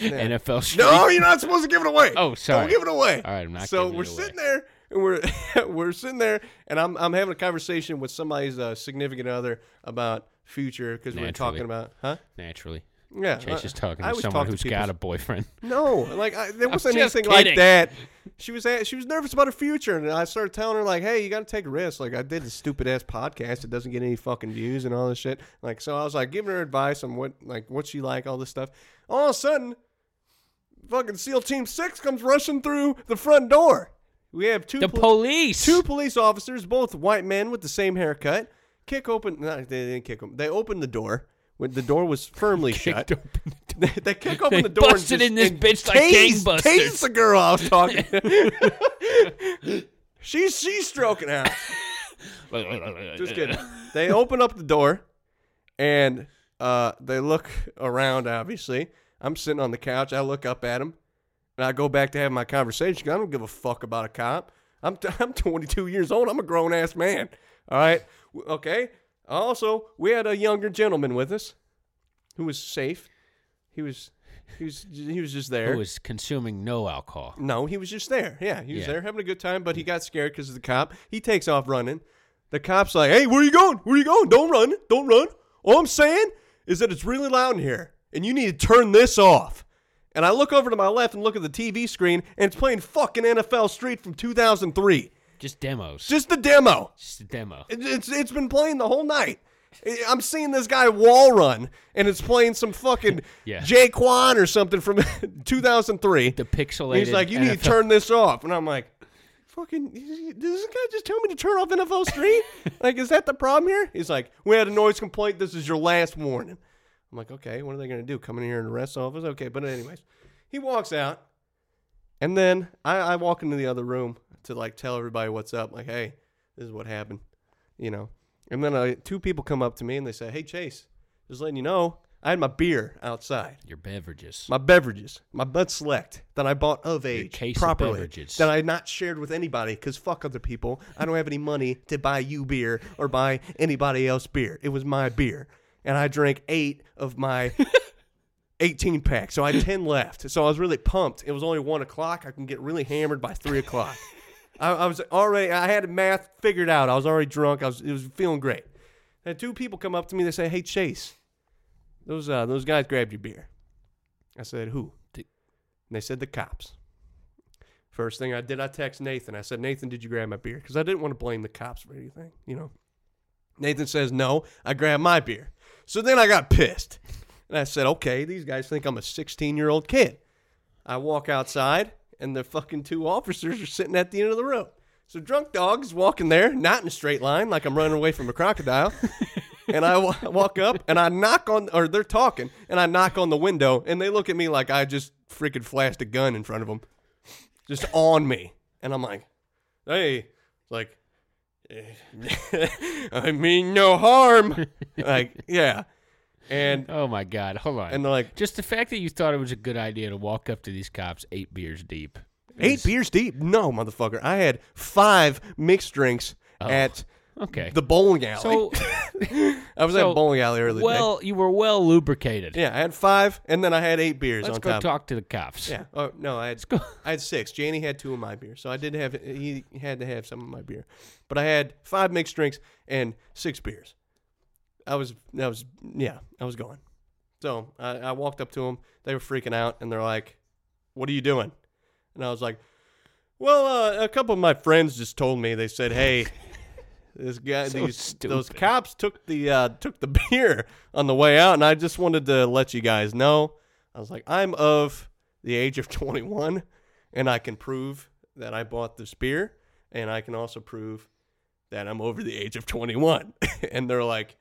Speaker 3: NFL streak.
Speaker 2: No, you're not supposed to give it away.
Speaker 3: Oh, sorry.
Speaker 2: Don't give it away.
Speaker 3: All right, I'm not
Speaker 2: So
Speaker 3: giving it
Speaker 2: we're
Speaker 3: away.
Speaker 2: sitting there, and we're we're *laughs* sitting there, and I'm I'm having a conversation with somebody's uh, significant other about future because we were
Speaker 3: Naturally.
Speaker 2: talking about, huh?
Speaker 3: Naturally.
Speaker 2: Yeah.
Speaker 3: Chase
Speaker 2: I-
Speaker 3: is talking
Speaker 2: I
Speaker 3: to
Speaker 2: always
Speaker 3: someone
Speaker 2: talk
Speaker 3: who's
Speaker 2: people.
Speaker 3: got
Speaker 2: *laughs*
Speaker 3: a boyfriend.
Speaker 2: No, like I, there
Speaker 3: I'm
Speaker 2: wasn't
Speaker 3: just
Speaker 2: anything like
Speaker 3: kidding.
Speaker 2: that. She was at, she was nervous about her future, and I started telling her like, "Hey, you got to take risks. Like I did this stupid ass podcast; it doesn't get any fucking views and all this shit." Like so, I was like giving her advice on what like what she like, all this stuff. All of a sudden, fucking SEAL Team Six comes rushing through the front door. We have two
Speaker 3: The
Speaker 2: poli-
Speaker 3: police. *laughs*
Speaker 2: two police officers, both white men with the same haircut, kick open. No, they didn't kick them. They opened the door. When the door was firmly shut,
Speaker 3: *laughs*
Speaker 2: *laughs*
Speaker 3: Kicked open
Speaker 2: they, they kick open
Speaker 3: They
Speaker 2: the door
Speaker 3: busted
Speaker 2: and just,
Speaker 3: in this
Speaker 2: and
Speaker 3: bitch like
Speaker 2: tased-
Speaker 3: gangbusters.
Speaker 2: tased the girl I was
Speaker 3: *laughs*
Speaker 2: talking. *laughs* she's she's stroking out. Just kidding. They open up the door, and uh, they look around. Obviously, I'm sitting on the couch. I look up at him, and I go back to have my conversation. 'cause I don't give a fuck about a cop. I'm, t- *laughs* I'm 22 years old. I'm a grown ass man. All right. W- Okay. Also, we had a younger gentleman with us who was safe. He was, he was, he was just there.
Speaker 3: Who is consuming no alcohol?
Speaker 2: No, he was just there. Yeah, he was
Speaker 3: Yeah.
Speaker 2: there having a good time, but he got scared because of the cop. He takes off running. The cop's like, "Hey, where you going? Where you going? Don't run! Don't run!" All I'm saying is that it's really loud in here, and you need to turn this off. And I look over to my left and look at the TV screen, and it's playing fucking NFL Street from 2003.
Speaker 3: Just demos.
Speaker 2: Just the demo.
Speaker 3: Just a demo.
Speaker 2: It- It's it's been playing the whole night. I- I'm seeing this guy wall run, and it's playing some fucking
Speaker 3: *laughs* Yeah.
Speaker 2: Jay Quan or something from *laughs* 2003.
Speaker 3: The pixelated.
Speaker 2: And he's like, you need to
Speaker 3: NFL
Speaker 2: turn this off. And I'm like, fucking, did this guy just tell me to turn off NFL Street? like, is that the problem here? He's like, we had a noise complaint. This is your last warning. I'm like, okay, what are they going to do? Come in here and arrest all of us? Okay, but anyways, he walks out. And then I, I walk into the other room to like tell everybody what's up. Like, hey, this is what happened, you know. And then uh, two people come up to me and they say, hey, Chase, just letting you know, I had my beer outside
Speaker 3: *laughs* Your beverages.
Speaker 2: my beverages, my Bud Select that I bought of age
Speaker 3: case of
Speaker 2: properly,
Speaker 3: beverages.
Speaker 2: that I not shared with anybody because fuck other people. I don't have any money to buy you beer or buy anybody else beer. It was my beer, and I drank eight of
Speaker 3: *laughs*
Speaker 2: my. 18 pack, so I had 10 left. So I was really pumped. It was only one o'clock. I can get really hammered by three o'clock.
Speaker 3: *laughs*
Speaker 2: I, I was already, I had math figured out. I was already drunk. I was, it was feeling great. And two people come up to me. They say, "Hey Chase, those uh, those guys grabbed your beer." I said, "Who?"
Speaker 3: The-
Speaker 2: and they said the cops. First thing I did, I text Nathan. I said, "Nathan, did you grab my beer?" Because I didn't want to blame the cops for anything, you know. Nathan says, "No, I grabbed my beer." So then I got pissed, and I said, "Okay, these guys think I'm a 16 year old kid." I walk outside, and the fucking two officers are sitting at the end of the road. So drunk dog's walking there, not in a straight line, like I'm running away from a crocodile. and I wa- walk up, and I knock on, or they're talking, and I knock on the window, and they look at me like I just freaking flashed a gun in front of them, just on me. And I'm like, hey, like, *laughs* eh, I mean no harm. like, yeah. And
Speaker 3: Oh my God! Hold on.
Speaker 2: And they're like-
Speaker 3: just the fact that you thought it was a good idea to walk up to these cops eight beers deep.
Speaker 2: Eight beers deep? No, motherfucker. I had five mixed drinks
Speaker 3: Oh,
Speaker 2: at
Speaker 3: Okay.
Speaker 2: the bowling alley.
Speaker 3: so
Speaker 2: I was at
Speaker 3: so
Speaker 2: a bowling alley earlier
Speaker 3: Well, you were well lubricated.
Speaker 2: today. *laughs* Yeah, I had five, and then I had eight beers
Speaker 3: Let's
Speaker 2: on
Speaker 3: go
Speaker 2: top.
Speaker 3: talk to the cops.
Speaker 2: Yeah. Oh no, I had
Speaker 3: Let's go.
Speaker 2: *laughs* I had six. Janie had two of my beer, so I did have. He had to have some of my beer, but I had five mixed drinks and six beers. I was. I was. Yeah. I was going. So I, I walked up to them. They were freaking out, and they're like, "What are you doing?" And I was like, "Well, uh, a couple of my friends just told me. They said,
Speaker 3: *laughs*
Speaker 2: hey." This guy,
Speaker 3: So
Speaker 2: these those
Speaker 3: stupid.
Speaker 2: cops took the uh, took the *laughs* beer on the way out, and I just wanted to let you guys know. I was like, I'm of the age of 21, and I can prove that I bought this beer, and I can also prove that I'm over the age of 21. *laughs* and they're like,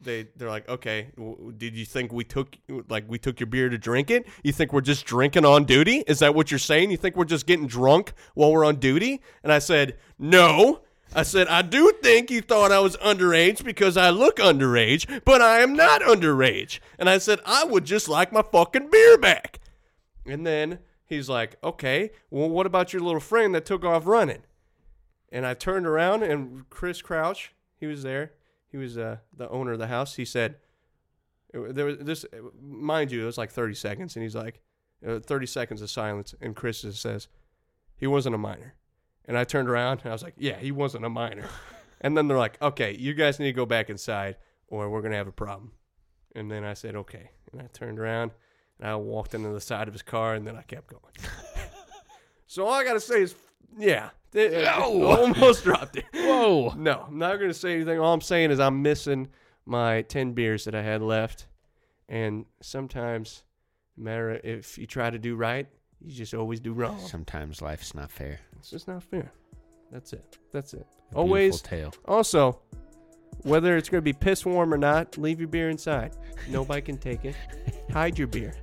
Speaker 2: they they're like, okay, w- did you think we took like we took your beer to drink it? You think we're just drinking on duty? Is that what you're saying? You think we're just getting drunk while we're on duty? And I said, no. I said, I do think you thought I was underage because I look underage, but I am not underage. And I said, I would just like my fucking beer back. And then he's like, okay, well, what about your little friend that took off running? And I turned around and Chris Crouch, he was there. He was uh, the owner of the house. He said, there was this, mind you, it was like 30 seconds. And he's like, uh, 30 seconds of silence. And Chris just says, he wasn't a minor. And I turned around and I was like, yeah, he wasn't a minor. and then they're like, okay, you guys need to go back inside or we're going to have a problem. And then I said, okay. And I turned around and I walked into the side of his car and then I kept going. so all I got to say is, yeah. It- Almost dropped it.
Speaker 3: Whoa.
Speaker 2: No, I'm not going to say anything. All I'm saying is I'm missing my 10 beers that I had left. And sometimes, no matter if you try to do right, you just always do wrong.
Speaker 3: Sometimes life's not fair.
Speaker 2: It's just not fair. That's it. That's it.
Speaker 3: Beautiful
Speaker 2: Always.
Speaker 3: tale.
Speaker 2: Also, whether it's going to be piss warm or not, leave your beer inside. Nobody can take *laughs* it. Hide your beer.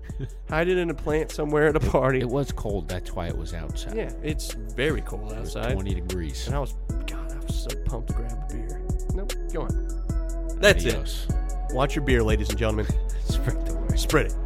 Speaker 2: Hide it in a plant somewhere at a party.
Speaker 3: It was cold. That's why it was outside.
Speaker 2: Yeah, it's very cold
Speaker 3: It was
Speaker 2: outside.
Speaker 3: twenty degrees.
Speaker 2: And I was, God, I was so pumped to grab a beer. Nope, go on. That's it.
Speaker 3: Adios.
Speaker 2: Watch your beer, ladies and gentlemen.
Speaker 3: Spread the
Speaker 2: *laughs*
Speaker 3: word.
Speaker 2: Spread it.